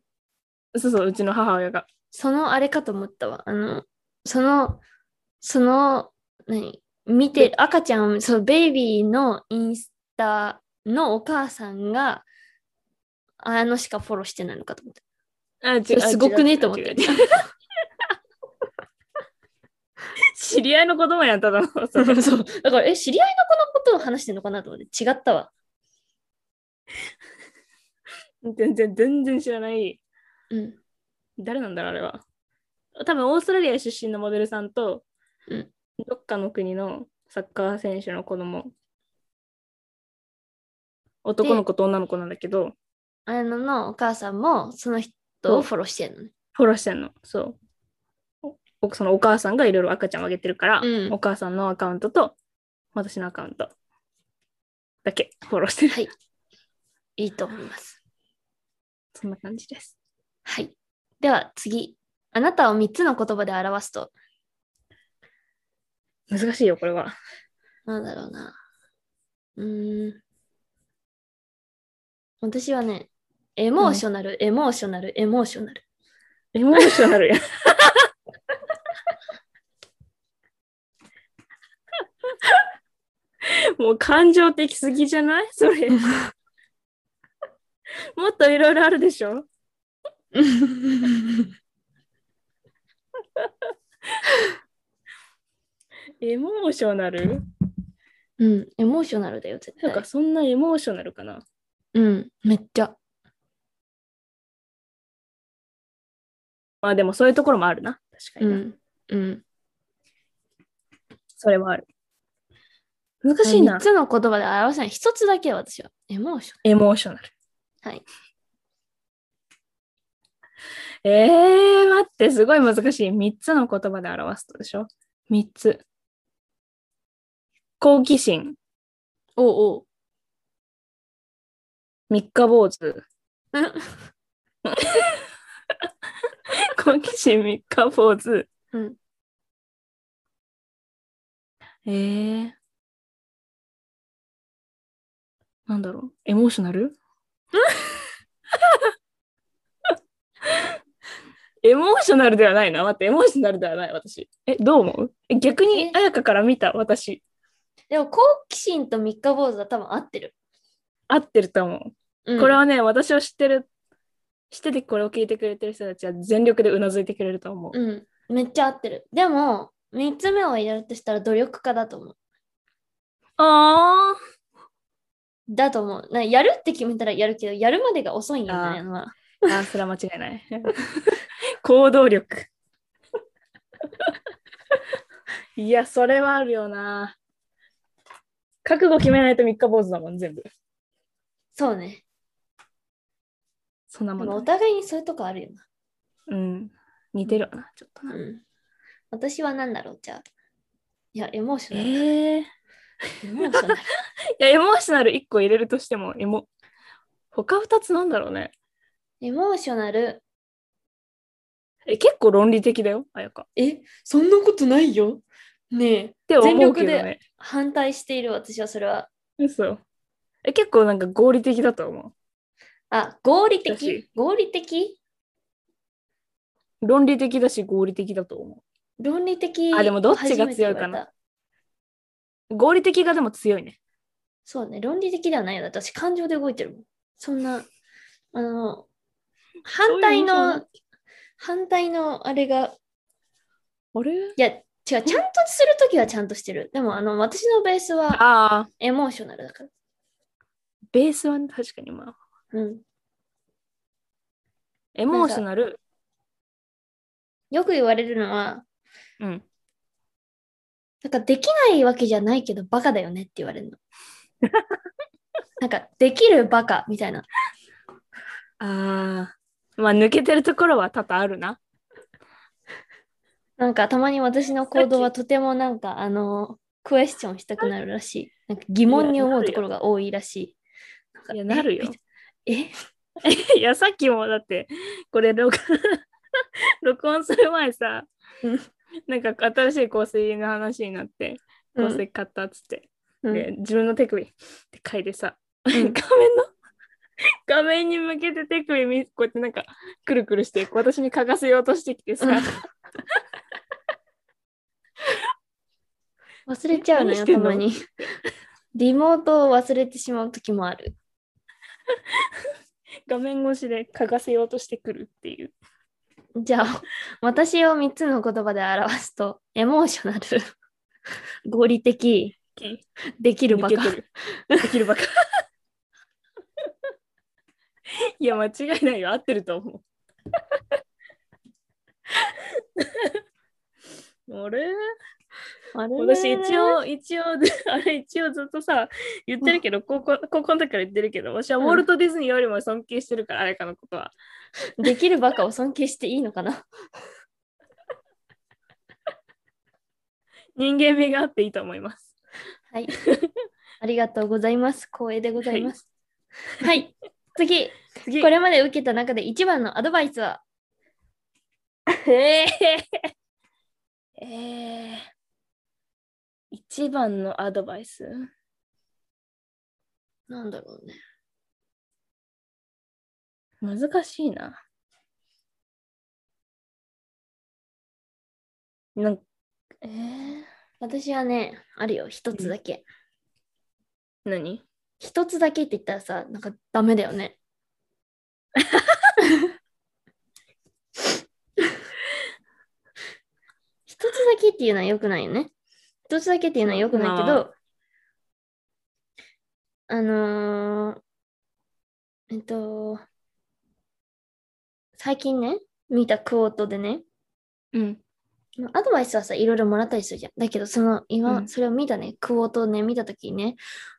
Speaker 2: そうそう、うちの母親が。
Speaker 1: そのあれかと思ったわ。あの、その、その、何見て、赤ちゃん、そう、ベイビーのインスタのお母さんが、綾乃しかフォローしてないのかと思った。
Speaker 2: あ、違う
Speaker 1: それすごくね
Speaker 2: 違う違う
Speaker 1: と思って
Speaker 2: 違う違う知り合いの子供やん、ただの。 そ れ
Speaker 1: そう。だから、え、知り合いの子のことを話してるのかなと思って、違ったわ。
Speaker 2: 全然、全然知らない。
Speaker 1: うん。
Speaker 2: 誰なんだろう、あれは。多分、オーストラリア出身のモデルさんと、
Speaker 1: うん
Speaker 2: どっかの国のサッカー選手の子供。男の子と女の子なんだけど、
Speaker 1: 綾乃のお母さんも、その人をフォローしてるのね。
Speaker 2: フォローしてんの。そう。おそのお母さんがいろいろ赤ちゃんをあげてるから、
Speaker 1: うん
Speaker 2: お母さんのアカウントと私のアカウントだけフォローしてる。
Speaker 1: はいいいと思います。
Speaker 2: そんな感じです。
Speaker 1: はい。では、次。あなたを3つの言葉で表すと、
Speaker 2: 難しいよ、これは。
Speaker 1: なんだろうな。うーん。私はね、エモーショナル、エモーショナル、エモーショナ ル。
Speaker 2: エモーショナルや。 もう感情的すぎじゃない それ。もっといろいろあるでしょエモーショナル
Speaker 1: うん、エモーショナルだよ、絶
Speaker 2: なんか
Speaker 1: 対。
Speaker 2: そんなエモーショナルかな
Speaker 1: うん、めっちゃ。
Speaker 2: まあでもそういうところもあるな。確
Speaker 1: う
Speaker 2: かにな、
Speaker 1: ん。うん、
Speaker 2: それはある。難しい
Speaker 1: 3
Speaker 2: な。
Speaker 1: つの言葉で表せない。1つだけ私は。エモーショ
Speaker 2: エモーショナル。
Speaker 1: はい。
Speaker 2: えー、待って、すごい難しい。3つの言葉で表すとでしょ ?3 つ。好奇心、
Speaker 1: おうおう。
Speaker 2: 三日坊主
Speaker 1: うん。
Speaker 2: 好奇心三日坊主。
Speaker 1: うん。
Speaker 2: えー。なんだろうエモーショナ ルエモーショナルではないな。待って、エモーショナルではない、私。え、どう思うえ逆に、彩香から見た、私。
Speaker 1: でも、好奇心と三日坊主は多分合ってる。
Speaker 2: 合ってると思う。
Speaker 1: うん
Speaker 2: これはね、私を知ってる、知っててこれを聞いてくれてる人たちは全力でうなずいてくれると思う。
Speaker 1: うん。めっちゃ合ってる。でも、3つ目を入れるとしたら努力家だと思う。
Speaker 2: ああ
Speaker 1: だと思う。なやるって決めたらやるけど、やるまでが遅いんだよね。まあ
Speaker 2: あーそれは間違いない。 行動力。 いや、それはあるよな。覚悟決めないと三日坊主だもん、全部。
Speaker 1: そうね。
Speaker 2: そんな
Speaker 1: で
Speaker 2: も
Speaker 1: もお
Speaker 2: ん、
Speaker 1: 互いにそういうとこあるよ
Speaker 2: うん。似てるよな、ちょっと
Speaker 1: な。
Speaker 2: な。
Speaker 1: うん。私は何だろう、じゃあ。いや、エモーショナル。
Speaker 2: えー、い
Speaker 1: エモーショナ ル。
Speaker 2: や、エモーショナル1個入れるとしても、エモ。他2つなんだろうね。
Speaker 1: エモーショナル。
Speaker 2: え、結構論理的だよ、あやか。っ
Speaker 1: え、そんなことないよ。ねえ。
Speaker 2: て思うけど、ね、
Speaker 1: 全力で反対している私はそれは。
Speaker 2: 嘘。え、結構なんか合理的だと思
Speaker 1: あ、合理
Speaker 2: だし
Speaker 1: 的合理的
Speaker 2: う。論理的だし合理的だと思
Speaker 1: 論理的。
Speaker 2: あでもどっちが強い
Speaker 1: 初
Speaker 2: かな
Speaker 1: めて言われた。
Speaker 2: う。合理的がでも強いね。
Speaker 1: そうね、論理的ではないよ。私、感情で動いてるもん。そんな、あの、反対
Speaker 2: そういうもん
Speaker 1: の、反対のあれが、
Speaker 2: あれ
Speaker 1: いや、違う、ちゃんとするときはちゃんとしてる。でも、あの、私のベースは
Speaker 2: ああ、
Speaker 1: エモーショナルだから。
Speaker 2: ベースは確かにまあ。
Speaker 1: うん。
Speaker 2: エモーショナル。
Speaker 1: よく言われるのは、
Speaker 2: うん。
Speaker 1: なんかできないわけじゃないけど、バカだよねって言われ るの。なんか、できるバカみたいな。
Speaker 2: ああ。まあ抜けてるところは多々あるな。
Speaker 1: なんか、たまに私の行動はとてもなんか、あの、クエスチョンしたくなるらしい。なんか疑問に思うところが多いらしい。
Speaker 2: いや、なるよ。
Speaker 1: え
Speaker 2: いや、さっきもだって、これ録、 録音する前さ
Speaker 1: うん、
Speaker 2: なんか新しい香水の話になって、香水買ったっつって。
Speaker 1: うん
Speaker 2: で、自分の手首って書いてさ、
Speaker 1: ん
Speaker 2: 画面の画面に向けて手首みこうやってなんかくるくるして私に嗅がせようとしてきてさ、
Speaker 1: うん忘れちゃうの
Speaker 2: 何し
Speaker 1: よ、
Speaker 2: て
Speaker 1: た
Speaker 2: んの
Speaker 1: まに。リモートを忘れてしまう時もある。
Speaker 2: 画面越しで嗅がせようとしてくるっていう
Speaker 1: じゃあ、 私を3つの言葉で表すと、エモーショナル、 合理的、
Speaker 2: き
Speaker 1: できる
Speaker 2: 抜
Speaker 1: バ
Speaker 2: け
Speaker 1: カ
Speaker 2: て。るできるバカ いや間違いないよ合ってると思うあれ
Speaker 1: あれ
Speaker 2: 私一応一応 あれ一応ずっとさ言ってるけど高校高校の時から言ってるけど私はウォルト・ディズニーよりも尊敬してるから、あれかのことは
Speaker 1: できるバカを尊敬していいのかな
Speaker 2: 人間味があっていいと思います
Speaker 1: はい。ありがとうございます。光栄でございます。はい。次、
Speaker 2: 次
Speaker 1: これまで受けた中で一番のアドバイスは
Speaker 2: えー、 えー、一番のアドバイス
Speaker 1: なんだろうね。
Speaker 2: 難しいななんえー、
Speaker 1: 私はね、あるよ、一つだけ。
Speaker 2: 何
Speaker 1: 一つだけって言ったらさ、なんかダメだよね。一つだけっていうのは良くないよね。一つだけっていうのは良くないけ
Speaker 2: ま
Speaker 1: ど、あのー、えっと、最近ね、見たクォートでね、
Speaker 2: うん
Speaker 1: まあアドバイスはさ、いろいろもらったりするじゃん。だけど、その、今、
Speaker 2: うん
Speaker 1: それを見たね、クォートをね、見たときにね、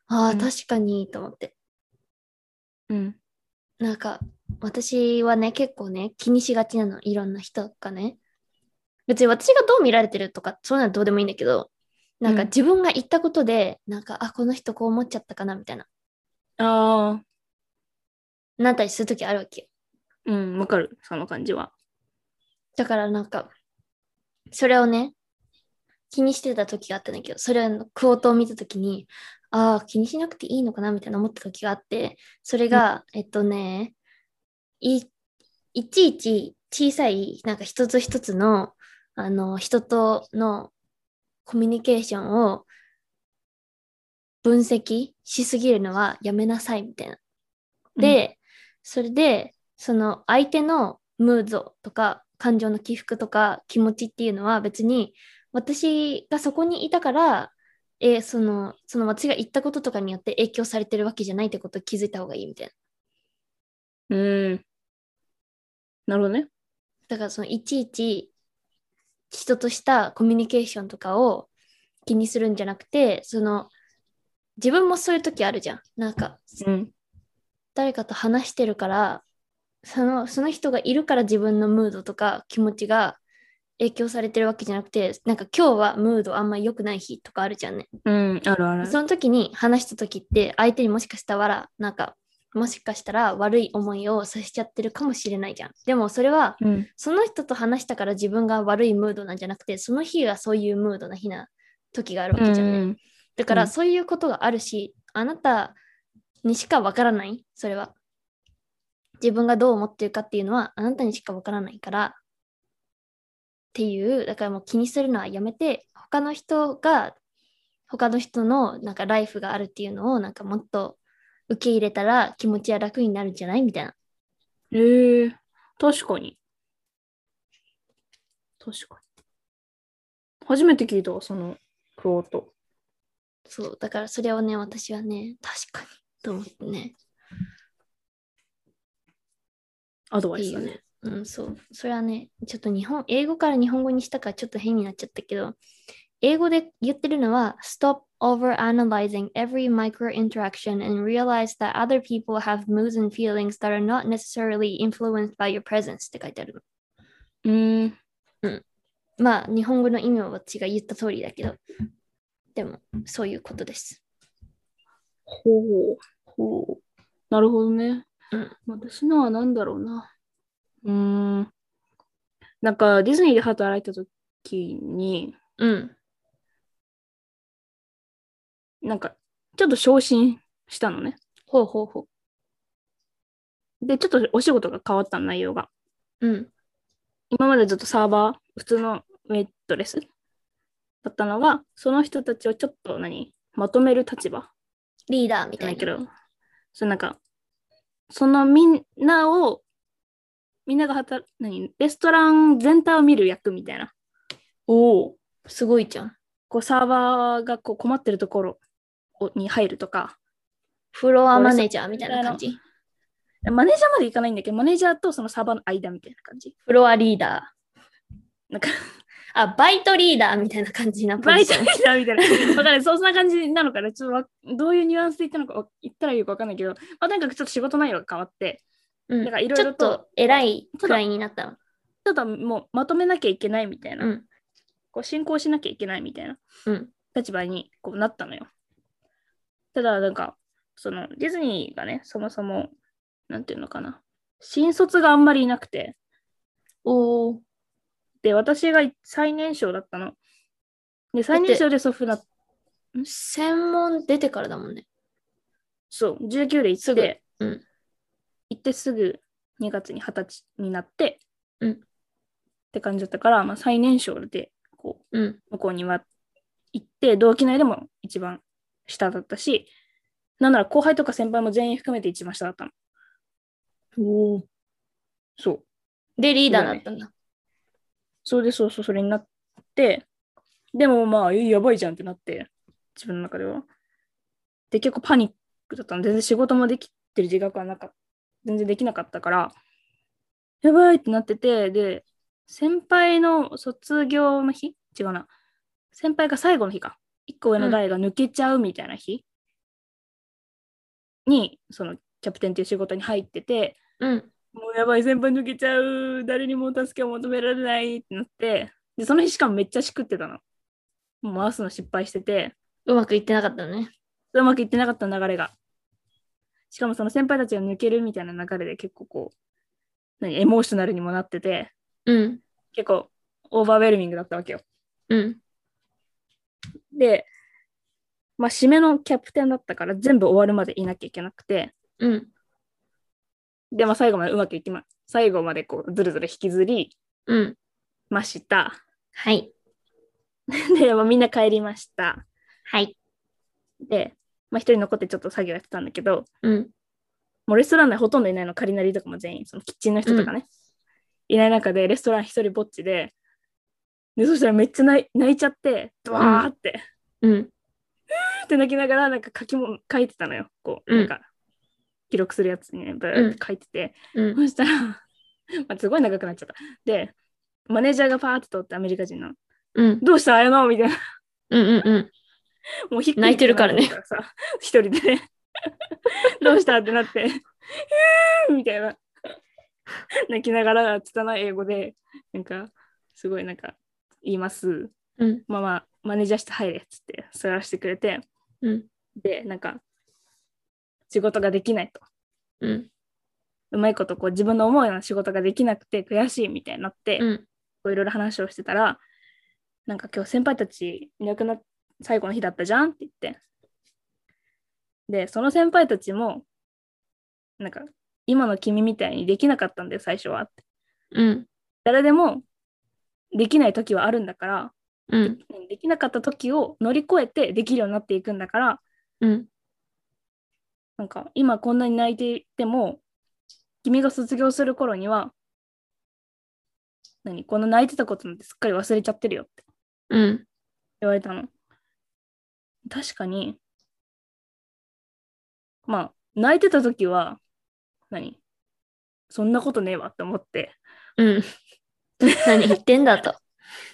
Speaker 1: ああ、
Speaker 2: うん
Speaker 1: 確かに、と思って。
Speaker 2: うん
Speaker 1: なんか、私はね、結構ね、気にしがちなの、いろんな人がね。別に私がどう見られてるとか、そういうのはどうでもいいんだけど、なんか
Speaker 2: うん
Speaker 1: 自分が言ったことで、なんか、あ、この人こう思っちゃったかな、みたいな、
Speaker 2: ああ、
Speaker 1: なったりするときあるわけよ。
Speaker 2: うん、わかる、その感じは。
Speaker 1: だからなんか、それをね、気にしてた時があったんだけど、それのクオートを見た時に、ああ、気にしなくていいのかなみたいな思った時があって、それが、えっとね、いいちいち小さい、なんか一つ一つの、あの、人とのコミュニケーションを分析しすぎるのはやめなさいみたいな。で、それでその相手のムードとか感情の起伏とか気持ちっていうのは別に私がそこにいたから、えーそのその私が言ったこととかによって影響されてるわけじゃないってことを気づいた方がいいみたいな。
Speaker 2: うん、うん。なるほどね。
Speaker 1: だからそのいちいち人としたコミュニケーションとかを気にするんじゃなくてその自分もそういう時あるじゃん。なんか
Speaker 2: うん。
Speaker 1: 誰かと話してるからそのその人がいるから自分のムードとか気持ちが影響されてるわけじゃなくてなんか今日はムードあんま良くない日とかあるじゃんね。
Speaker 2: うん、あるある。
Speaker 1: その時に話した時って相手にもしかしたらなんかもしかしたら悪い思いをさせちゃってるかもしれないじゃん。でもそれは
Speaker 2: うん、
Speaker 1: その人と話したから自分が悪いムードなんじゃなくてその日がそういうムードな日な時があるわ
Speaker 2: う
Speaker 1: けじゃんね。
Speaker 2: ん、
Speaker 1: だから
Speaker 2: うん
Speaker 1: そういうことがあるし、あなたにしかわからない、それは。自分がどう思ってるかっていうのはあなたにしかわからないからっていう、だからもう気にするのはやめて、他の人が、他の人のなんかライフがあるっていうのをなんかもっと受け入れたら気持ちは楽になるんじゃないみたいな。
Speaker 2: ええ確かに。確かに。初めて聞いたわ、そのクォート。
Speaker 1: そう、だからそれをね、私はね、確かにと思ってね。
Speaker 2: アドバ
Speaker 1: って
Speaker 2: イス
Speaker 1: い
Speaker 2: だ
Speaker 1: う
Speaker 2: ね。
Speaker 1: うん、そう。それはね、ちょっと日本、英語から日本語にしたからちょっと変になっちゃったけど、英語で言ってるのは、stop over analyzing every micro interaction and realize that other people have moods and feelings that are not necessarily influenced by your presence って書いてある
Speaker 2: うん。
Speaker 1: の。まあ、日本語の意味は私が言った通りだけど、でも、そういうことです。
Speaker 2: ほう。ほう。なるほどね。
Speaker 1: うん
Speaker 2: 私のは何だろうな。うーん。なんか、ディズニーで働いた時に、
Speaker 1: うん。
Speaker 2: なんか、ちょっと昇進したのね。
Speaker 1: ほうほうほ
Speaker 2: で、ちょっとお仕事が変わったの内容が。
Speaker 1: う。うん。
Speaker 2: 今までずっとサーバー、普通のウェイトレスだったのが、その人たちをちょっと何、まとめる立場
Speaker 1: リーダーみ
Speaker 2: じゃ
Speaker 1: た
Speaker 2: ない
Speaker 1: い
Speaker 2: け
Speaker 1: な。
Speaker 2: ど、そうなんか、そのみんなを、みんなが働く、何、レストラン全体を見る役みたいな。おお。
Speaker 1: すごいじゃん。
Speaker 2: こうサーバーがこう困ってるところをに入るとか、
Speaker 1: フロアマネージャーみたいな感じ。
Speaker 2: マネージャーまでいかないんだけど、マネージャーとそのサーバーの間みたいな感じ。
Speaker 1: フロアリーダー。
Speaker 2: なんか、
Speaker 1: あ、バイトリーダーみたいな感じなポ
Speaker 2: バイ
Speaker 1: ジ
Speaker 2: ト
Speaker 1: シ
Speaker 2: リ
Speaker 1: ョ
Speaker 2: ー
Speaker 1: ン。
Speaker 2: ダーみたい な。わかる、そんな感じなのかな。ちょっとわどういうニュアンスで言ったのかわ言ったらいいかわかんないけど、まあ、なんかちょっと仕事内容が変わって、
Speaker 1: うん
Speaker 2: だから色
Speaker 1: ちょ
Speaker 2: 々
Speaker 1: っ
Speaker 2: と
Speaker 1: と偉いくらいになったの。
Speaker 2: ちょっともうまとめなきゃいけないみたいな、
Speaker 1: うん。
Speaker 2: こう進行しなきゃいけないみたいな
Speaker 1: うん。
Speaker 2: 立場にこうなったのよ。ただ、なんか、そのディズニーがね、そもそも、なんていうのかな、新卒があんまりいなくて、
Speaker 1: おお。
Speaker 2: で、私が最年少だったの。で、最年少で祖父な、
Speaker 1: 専門出てからだもんね。
Speaker 2: そう、19で行
Speaker 1: す
Speaker 2: っ
Speaker 1: ぐ
Speaker 2: て、
Speaker 1: うん
Speaker 2: 行ってすぐ2月に20歳になって、
Speaker 1: うん
Speaker 2: って感じだったから、まあ、最年少でこう
Speaker 1: うん。
Speaker 2: 向こうには行って、同期内でも一番下だったし、なんなら後輩とか先輩も全員含めて一番下だったの。
Speaker 1: おお。
Speaker 2: そう。
Speaker 1: で、リーダーだったんだ。
Speaker 2: そうで、そうそう、それになって、でもまあ、えやばいじゃんってなって、自分の中では。で、結構パニックだったの。全然仕事もできてる自覚はなかった。全然できなかったから、やばいってなってて、で、先輩の卒業の日違うな。先輩が最後の日か。一個上の代が抜けちゃうみたいな日、に、そのキャプテンっていう仕事に入ってて、
Speaker 1: うん。
Speaker 2: もうやばい、先輩抜けちゃう、誰にも助けを求められないってなって、で、その日しかもめっちゃしくってたの。もう回すの失敗してて、
Speaker 1: うまくいってなかったのね。
Speaker 2: うまくいってなかった流れが。しかもその先輩たちが抜けるみたいな流れで結構こう、何、エモーショナルにもなってて、
Speaker 1: うん。
Speaker 2: 結構オーバーウェルミングだったわけよ。
Speaker 1: うん。
Speaker 2: で、まあ、締めのキャプテンだったから全部終わるまでいなきゃいけなくて、
Speaker 1: うん。
Speaker 2: で、まあ、最後までうまくいきま、最後までこう、ずるずる引きずり
Speaker 1: うん。
Speaker 2: ました。
Speaker 1: はい。
Speaker 2: で、まあ、みんな帰りました。
Speaker 1: はい。
Speaker 2: で、まあ、一人残ってちょっと作業やってたんだけど、
Speaker 1: うん。
Speaker 2: もうレストラン内ほとんどいないの、仮なりとかも全員、そのキッチンの人とかね、いない中で、レストラン一人ぼっちで、で、そしたらめっちゃ泣い泣いちゃって、ドワーって、
Speaker 1: うん。
Speaker 2: って泣きながら、なんか書きも書いてたのよ、こう、
Speaker 1: うん
Speaker 2: なんか、記録するやつにね、ブーって書いてて、
Speaker 1: うん。
Speaker 2: そしたら、 まあ、すごい長くなっちゃった。で、マネージャーがパーッと通ってアメリカ人なの。
Speaker 1: うん。
Speaker 2: どうした謝おうみたいな。
Speaker 1: うん。うん。うん。
Speaker 2: もうひっくり
Speaker 1: 泣いてるからね
Speaker 2: 返ってさ。一人 でね。どうしたってなって、えーみたいな。泣きながら、拙い英語で、なんか、すごいなんか、言います。
Speaker 1: うん。
Speaker 2: まあまあ、マネージャーして入れっつって、座らせてくれて、
Speaker 1: うん。
Speaker 2: で、なんか、仕事ができないと。
Speaker 1: うん。
Speaker 2: うまいことこう自分の思うような仕事ができなくて悔しいみたいになって、
Speaker 1: うん。
Speaker 2: こういろいろ話をしてたら、なんか今日先輩たちいなくなっ最後の日だったじゃんって言って。で、その先輩たちも、なんか、今の君みたいにできなかったんだよ、最初はって。
Speaker 1: うん。
Speaker 2: 誰でもできない時はあるんだから、
Speaker 1: うん。
Speaker 2: できなかった時を乗り越えてできるようになっていくんだから、
Speaker 1: うん。
Speaker 2: なんか今こんなに泣いていても君が卒業する頃には何この泣いてたことなんてすっかり忘れちゃってるよって
Speaker 1: うん。
Speaker 2: 言われたの確かにまあ泣いてた時は何そんなことねえわって思って
Speaker 1: うん。何言ってんだと。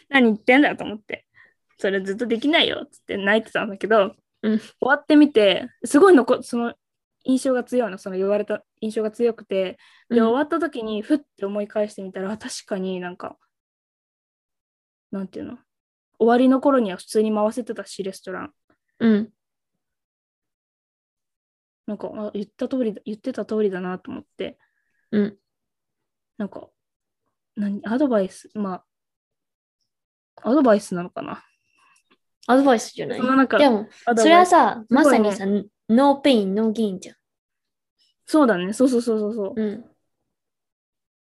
Speaker 2: 何言ってんだと思ってそれずっとできないよっつって泣いてたんだけど、
Speaker 1: うん
Speaker 2: 終わってみてすごい残その印象が強いのその言われた印象が強くてで、終わった時にふって思い返してみたら確かになんかなんていうの終わりの頃には普通に回せてたしレストラン
Speaker 1: うん。
Speaker 2: なんかあ言った通りだ言ってた通りだなと思って
Speaker 1: うん。
Speaker 2: なんか何アドバイスまあアドバイスなのかな
Speaker 1: アドバイスじゃない
Speaker 2: その中
Speaker 1: でも、
Speaker 2: アドバイス
Speaker 1: それはさ、
Speaker 2: ご
Speaker 1: ま
Speaker 2: い
Speaker 1: さ
Speaker 2: ね
Speaker 1: にさ、ノーペイン、ノーゲインじゃん。
Speaker 2: そうだねそうそうそうそうそう、
Speaker 1: うん。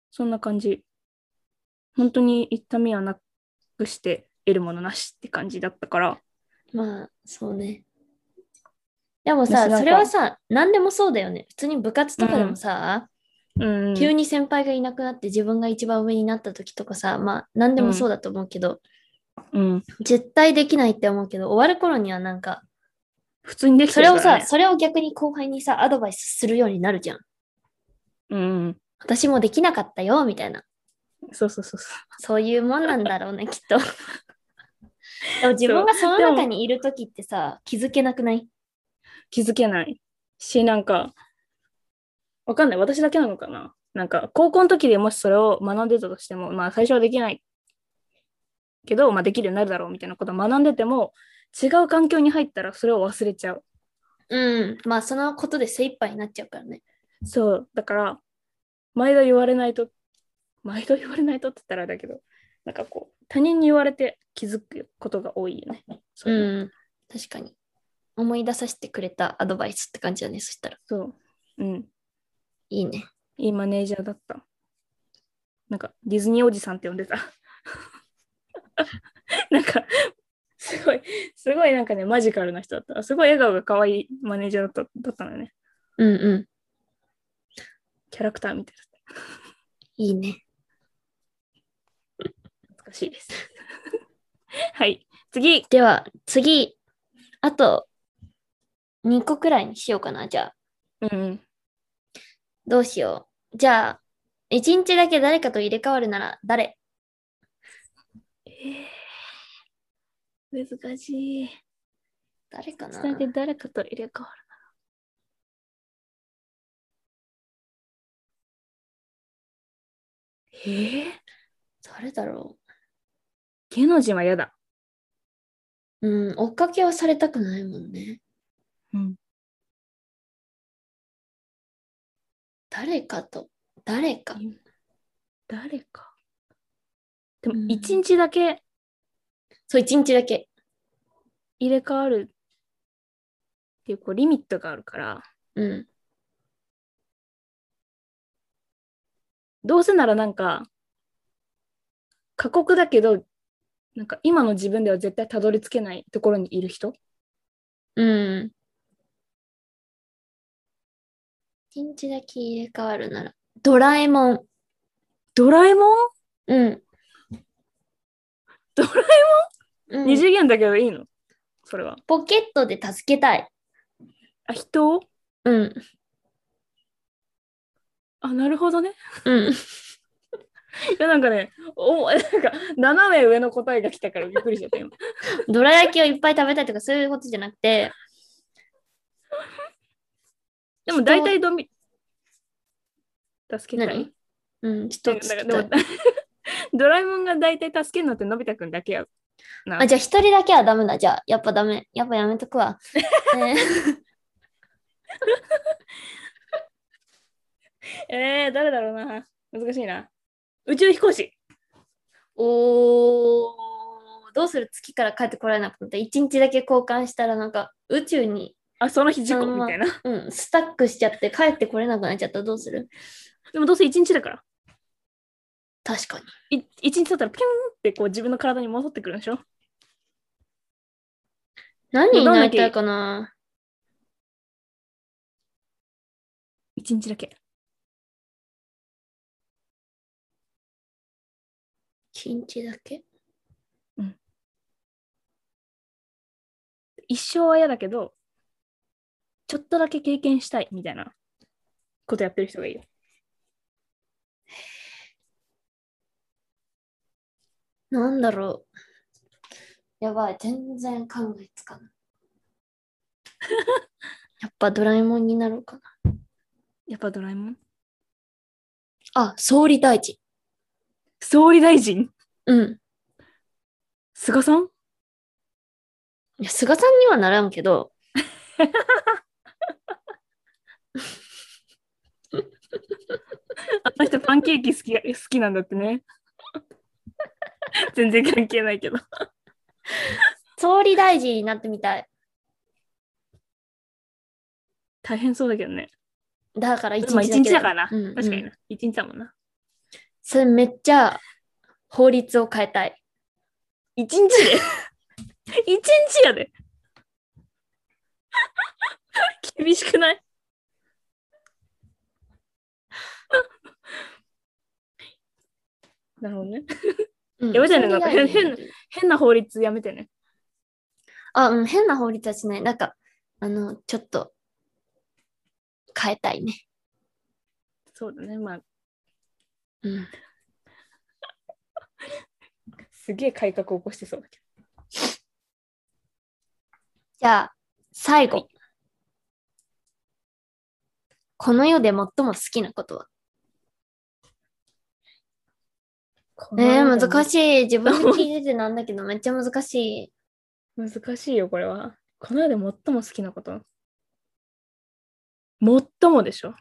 Speaker 2: そんな感じ本当に痛みはなくして得るものなしって感じだったから
Speaker 1: まあ、そうね。でもさ
Speaker 2: 私なん、か
Speaker 1: それはさ、何でもそうだよね。普通に部活とかでもさ、
Speaker 2: うん
Speaker 1: 急に先輩がいなくなって自分が一番上になった時とかさ、まあ、何でもそうだと思うけど、
Speaker 2: うん
Speaker 1: 絶対できないって思うけど、終わる頃にはなんか、
Speaker 2: 普通にでき
Speaker 1: そ
Speaker 2: てる
Speaker 1: れ
Speaker 2: から、
Speaker 1: を
Speaker 2: ね、
Speaker 1: さ、それを逆に後輩にさ、アドバイスするようになるじゃん。
Speaker 2: うんうん
Speaker 1: 私もできなかったよ、みたいな。
Speaker 2: そうそうそうそう
Speaker 1: そういうもんなんだろうね、きっ と。でも自分がその
Speaker 2: でも
Speaker 1: 中にいる時ってさ、気づけなくない
Speaker 2: 気づけないしなんかわかんない私だけなのかななんか高校の時でもしそれを学んでたとしてもまあ最初はできないけど、まあ、できるようになるだろうみたいなことを学んでても違う環境に入ったらそれを忘れちゃう
Speaker 1: うん。まあ、そのことで精一杯になっちゃうからね。
Speaker 2: そうだから毎度言われないと毎度言われないとって言ったらあれだけどなんかこう他人に言われて気づくことが多いよねそういうの
Speaker 1: うん、確かに。思い出させてくれたアドバイスって感じだね、そしたら。
Speaker 2: そううん
Speaker 1: いいね。
Speaker 2: いいマネージャーだった。なんか、ディズニーおじさんって呼んでた。 なんか、すごい、すごいなんかね、マジカルな人だった。すごい笑顔が可愛いマネージャーだっただったのよね。
Speaker 1: うんう
Speaker 2: キャラクターみたいな。
Speaker 1: ん。いいね。
Speaker 2: 懐かしいです。 はい、次
Speaker 1: では、次。あと、2個くらいにしようかな、じゃあ。
Speaker 2: うん。
Speaker 1: どうしよう。じゃあ、1日だけ誰かと入れ替わるなら誰
Speaker 2: 難しい。
Speaker 1: 誰かな
Speaker 2: それで誰かと入れ替わるなら。ええ
Speaker 1: 誰だろ
Speaker 2: 芸能人は嫌だ。
Speaker 1: う。うん、追っかけはされたくないもんね。
Speaker 2: うん。
Speaker 1: 誰かと、誰か。
Speaker 2: 誰か。でも
Speaker 1: う、ん
Speaker 2: 一日だけ
Speaker 1: そう、一日だけ。
Speaker 2: 入れ替わるっていう、こう、リミットがあるから、
Speaker 1: うん。
Speaker 2: どうせならなんか、過酷だけど、なんか今の自分では絶対たどり着けないところにいる人
Speaker 1: うん。一日だけ入れ替わるなら。ドラえもん。
Speaker 2: ドラえもん
Speaker 1: うん。
Speaker 2: ドラえ
Speaker 1: う
Speaker 2: も
Speaker 1: ん
Speaker 2: ん、二次元だけどいいのそれは。
Speaker 1: ポケットで助けたい。
Speaker 2: あ、人を
Speaker 1: うん。
Speaker 2: あ、なるほどね。
Speaker 1: うん。
Speaker 2: いや、なんかね、おなんか、斜め上の答えが来たからびっくりしちゃった今。
Speaker 1: どら焼きをいっぱい食べたいとかそういうことじゃなくて、
Speaker 2: でも大体ドミ、助けたい
Speaker 1: 何。うん、ちょっ
Speaker 2: なん
Speaker 1: と
Speaker 2: か
Speaker 1: つき
Speaker 2: で
Speaker 1: た
Speaker 2: も
Speaker 1: い。
Speaker 2: ドラえもんが大体助けるのってのび太くんだけやな。
Speaker 1: あ、じゃあ一人だけはダメだ。じゃあ、やっぱダメ。やっぱやめとく わ。ね
Speaker 2: えー、誰だろうな。難しいな。宇宙飛行士。
Speaker 1: おー、どうする月から帰ってこられなくなって、一日だけ交換したらなんか宇宙に、
Speaker 2: あ、その日事故
Speaker 1: うん
Speaker 2: みたいな。
Speaker 1: うん、スタックしちゃって帰ってこれなくなっちゃったらどうする
Speaker 2: でもどうせ一日だから。
Speaker 1: 確かに。
Speaker 2: い一日経ったらピュンってこう自分の体に戻ってくるんでしょ
Speaker 1: 何になりたいかな
Speaker 2: 一日だけ。
Speaker 1: 一日だけ
Speaker 2: 一生は嫌だけど、ちょっとだけ経験したいみたいなことやってる人がいいよ。
Speaker 1: なんだろう。やばい、全然考えつかない。 やっぱドラえもんになろうかな。
Speaker 2: やっぱドラえもん
Speaker 1: あ、総理大臣。
Speaker 2: 総理大臣
Speaker 1: うん。
Speaker 2: 菅さん
Speaker 1: いや、菅さんにはならんけど。
Speaker 2: あの人パンケーキ好き好きなんだって ね。全然関係ないけど。
Speaker 1: 総理大臣になってみたい。
Speaker 2: 大変そうだけどね。
Speaker 1: だから一日
Speaker 2: まあ
Speaker 1: だけ
Speaker 2: 一日だからな。
Speaker 1: うんうん
Speaker 2: 確かにな。一日だもんな。
Speaker 1: それめっちゃ法律を変えたい。
Speaker 2: 一日で 一日やで厳しくない なるほどね。
Speaker 1: うん
Speaker 2: やばいじゃない
Speaker 1: 総理大臣
Speaker 2: なんか変変変な法律やめてね。
Speaker 1: あ、うん、変な法律はしない。なんか、あの、ちょっと変えたいね。
Speaker 2: そうだね。まあ、
Speaker 1: うん。
Speaker 2: すげえ改革を起こしてそうだけ
Speaker 1: じゃあ、最後。
Speaker 2: はい
Speaker 1: この世で最も好きなことは
Speaker 2: ど。
Speaker 1: えー、難
Speaker 2: い。
Speaker 1: しい。自分で聞いててなんだけど、めっちゃ難しい。
Speaker 2: 難しいよ、これは。この世で最も好きなこと。最もでしょ。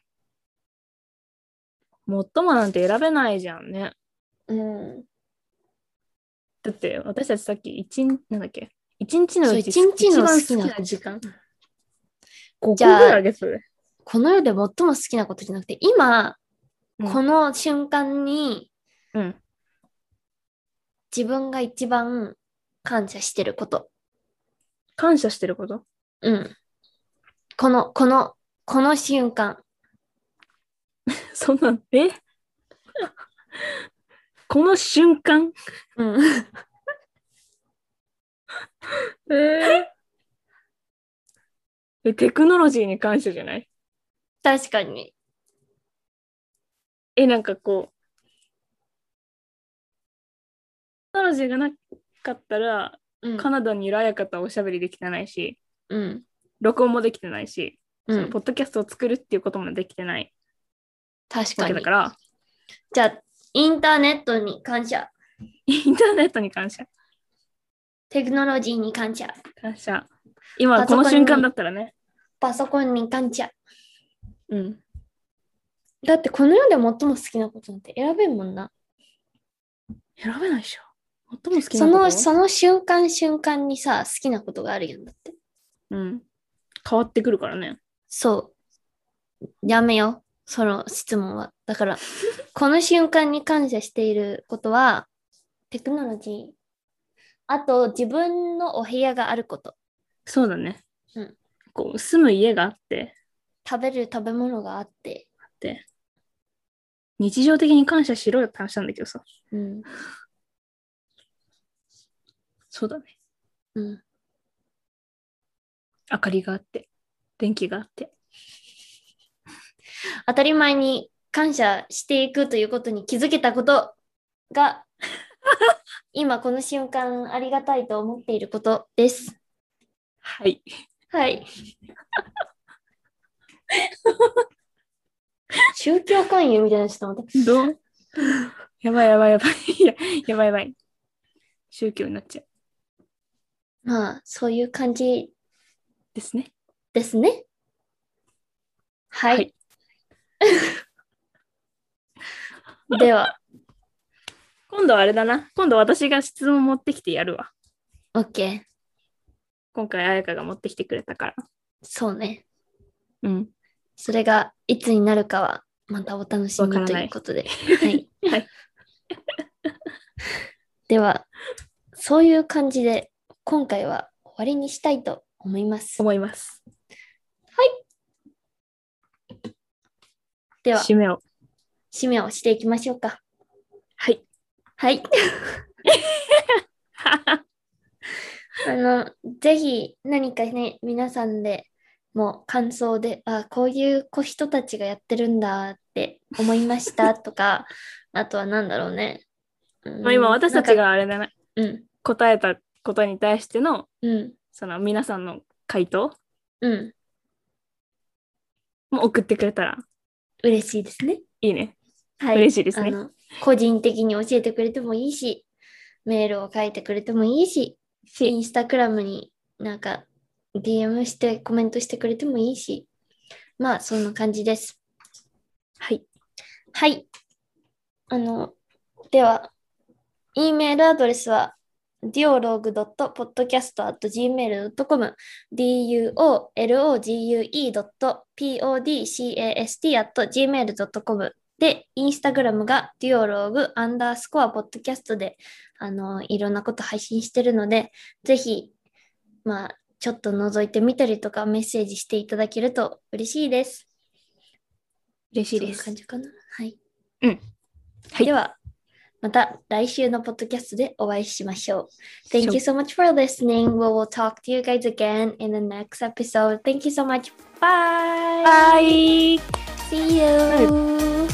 Speaker 2: 最もなんて選べないじゃんね。
Speaker 1: うん。
Speaker 2: だって私たちさっき一日なんだっけ一日のうち
Speaker 1: そう一日の好き
Speaker 2: 一
Speaker 1: な
Speaker 2: 番好きな時間5個ぐ
Speaker 1: じゃあ
Speaker 2: らいあげそれ
Speaker 1: この世で最も好きなことじゃなくて、今、
Speaker 2: うん
Speaker 1: この瞬間に
Speaker 2: うん
Speaker 1: 自分が一番感謝してること。
Speaker 2: 感謝してること
Speaker 1: うん。この、この、この瞬間。
Speaker 2: そんなんえ この瞬間
Speaker 1: うん。
Speaker 2: え えテクノロジーに感謝じゃない
Speaker 1: 確かに。
Speaker 2: えなんかこうテクノロジーがなかったら、
Speaker 1: うん。
Speaker 2: カナダにいる彩香とはおしゃべりできてないし
Speaker 1: うん。
Speaker 2: 録音もできてないし、
Speaker 1: う
Speaker 2: その
Speaker 1: ん
Speaker 2: ポッドキャストを作るっていうこともできてない
Speaker 1: 確
Speaker 2: わ
Speaker 1: か
Speaker 2: け
Speaker 1: に
Speaker 2: だ。から
Speaker 1: じゃあ、インターネットに感謝。
Speaker 2: インターネットに感謝。
Speaker 1: テクノロジーに感謝。
Speaker 2: 感謝。今、この
Speaker 1: パソコン
Speaker 2: 瞬
Speaker 1: に
Speaker 2: 間だったらね。
Speaker 1: パソコンに感謝。
Speaker 2: うん。
Speaker 1: だってこの世で最も好きなことなんて選べんもんな。
Speaker 2: 選べないでしょ。最も好き
Speaker 1: そ
Speaker 2: なこと
Speaker 1: のその瞬間瞬間にさ、好きなことがあるやんだって。
Speaker 2: うん。変わってくるからね。
Speaker 1: そう。やめよう。その質問は。だから、この瞬間に感謝していることは、テクノロジー。あと、自分のお部屋があること。
Speaker 2: そうだね。
Speaker 1: うん。
Speaker 2: こう、住む家があって、
Speaker 1: 食べる食べ物があって。
Speaker 2: 日常的に感謝しろよって話なんだけどさ。
Speaker 1: うん。
Speaker 2: そうだね。
Speaker 1: うん。
Speaker 2: 明かりがあって、電気があって。
Speaker 1: 当たり前に感謝していくということに気づけたことが、今この瞬間ありがたいと思っていることです。
Speaker 2: はい。
Speaker 1: はい。 宗教勧誘みたいなちょっと待って。
Speaker 2: どう やばいやばいやばい。 いや、やばいやばい。宗教になっちゃう。
Speaker 1: まあ、そういう感じ
Speaker 2: ですね。
Speaker 1: ですね。はい。
Speaker 2: はい
Speaker 1: では、
Speaker 2: 今度はあれだな。今度私が質問持ってきてやるわ。
Speaker 1: OK。
Speaker 2: 今回、彩香が持ってきてくれたから。
Speaker 1: そうね。
Speaker 2: うん。
Speaker 1: それがいつになるかは、またお楽しみ
Speaker 2: わから
Speaker 1: と
Speaker 2: ない
Speaker 1: いうことで。はい。
Speaker 2: はい。
Speaker 1: では、そういう感じで、今回は終わりにしたいと思います。
Speaker 2: 思います。
Speaker 1: では、
Speaker 2: 締めを。
Speaker 1: 締めをしていきましょうか。
Speaker 2: はい。
Speaker 1: はい。 あの、ぜひ何かね、皆さんでも感想で、あ、こういう子人たちがやってるんだって思いましたとか、 あとは何だろうね。うん
Speaker 2: まあ今、私たち。
Speaker 1: なんか
Speaker 2: があれだな。
Speaker 1: うん、
Speaker 2: 答えたことに対しての、
Speaker 1: うん、
Speaker 2: その皆さんの回答
Speaker 1: うん。
Speaker 2: も送ってくれたら
Speaker 1: 嬉しいですね。
Speaker 2: いいね。
Speaker 1: はい。
Speaker 2: 嬉しいです
Speaker 1: あ
Speaker 2: ね。
Speaker 1: の個人的に教えてくれてもいいし、メールを書いてくれてもいいし、イ
Speaker 2: し、
Speaker 1: ンスタグラムになんか DM してコメントしてくれてもいいし、まあそんな感じです。
Speaker 2: はい。
Speaker 1: はい。あの、では、E メールアドレスは dialogue.podcast.gmail.com dialogue.podcast.gmail.com で、インスタグラムが dialogue アンダースコアポッドキャストで、あの、いろんなこと配信してるので、ぜひ、まあ、ちょっと覗いてみたりとかメッセージしていただけると嬉しいです。
Speaker 2: 嬉しい
Speaker 1: そん
Speaker 2: で
Speaker 1: な
Speaker 2: す
Speaker 1: 感。じかな。はい。
Speaker 2: うんはい
Speaker 1: では、また来週のポッドキャストでお会いしましょう。
Speaker 2: しょ
Speaker 1: Thank
Speaker 2: う
Speaker 1: you so much for listening. We will talk to you guys again in the next episode. Thank you so much. Bye.
Speaker 2: Bye.
Speaker 1: See you.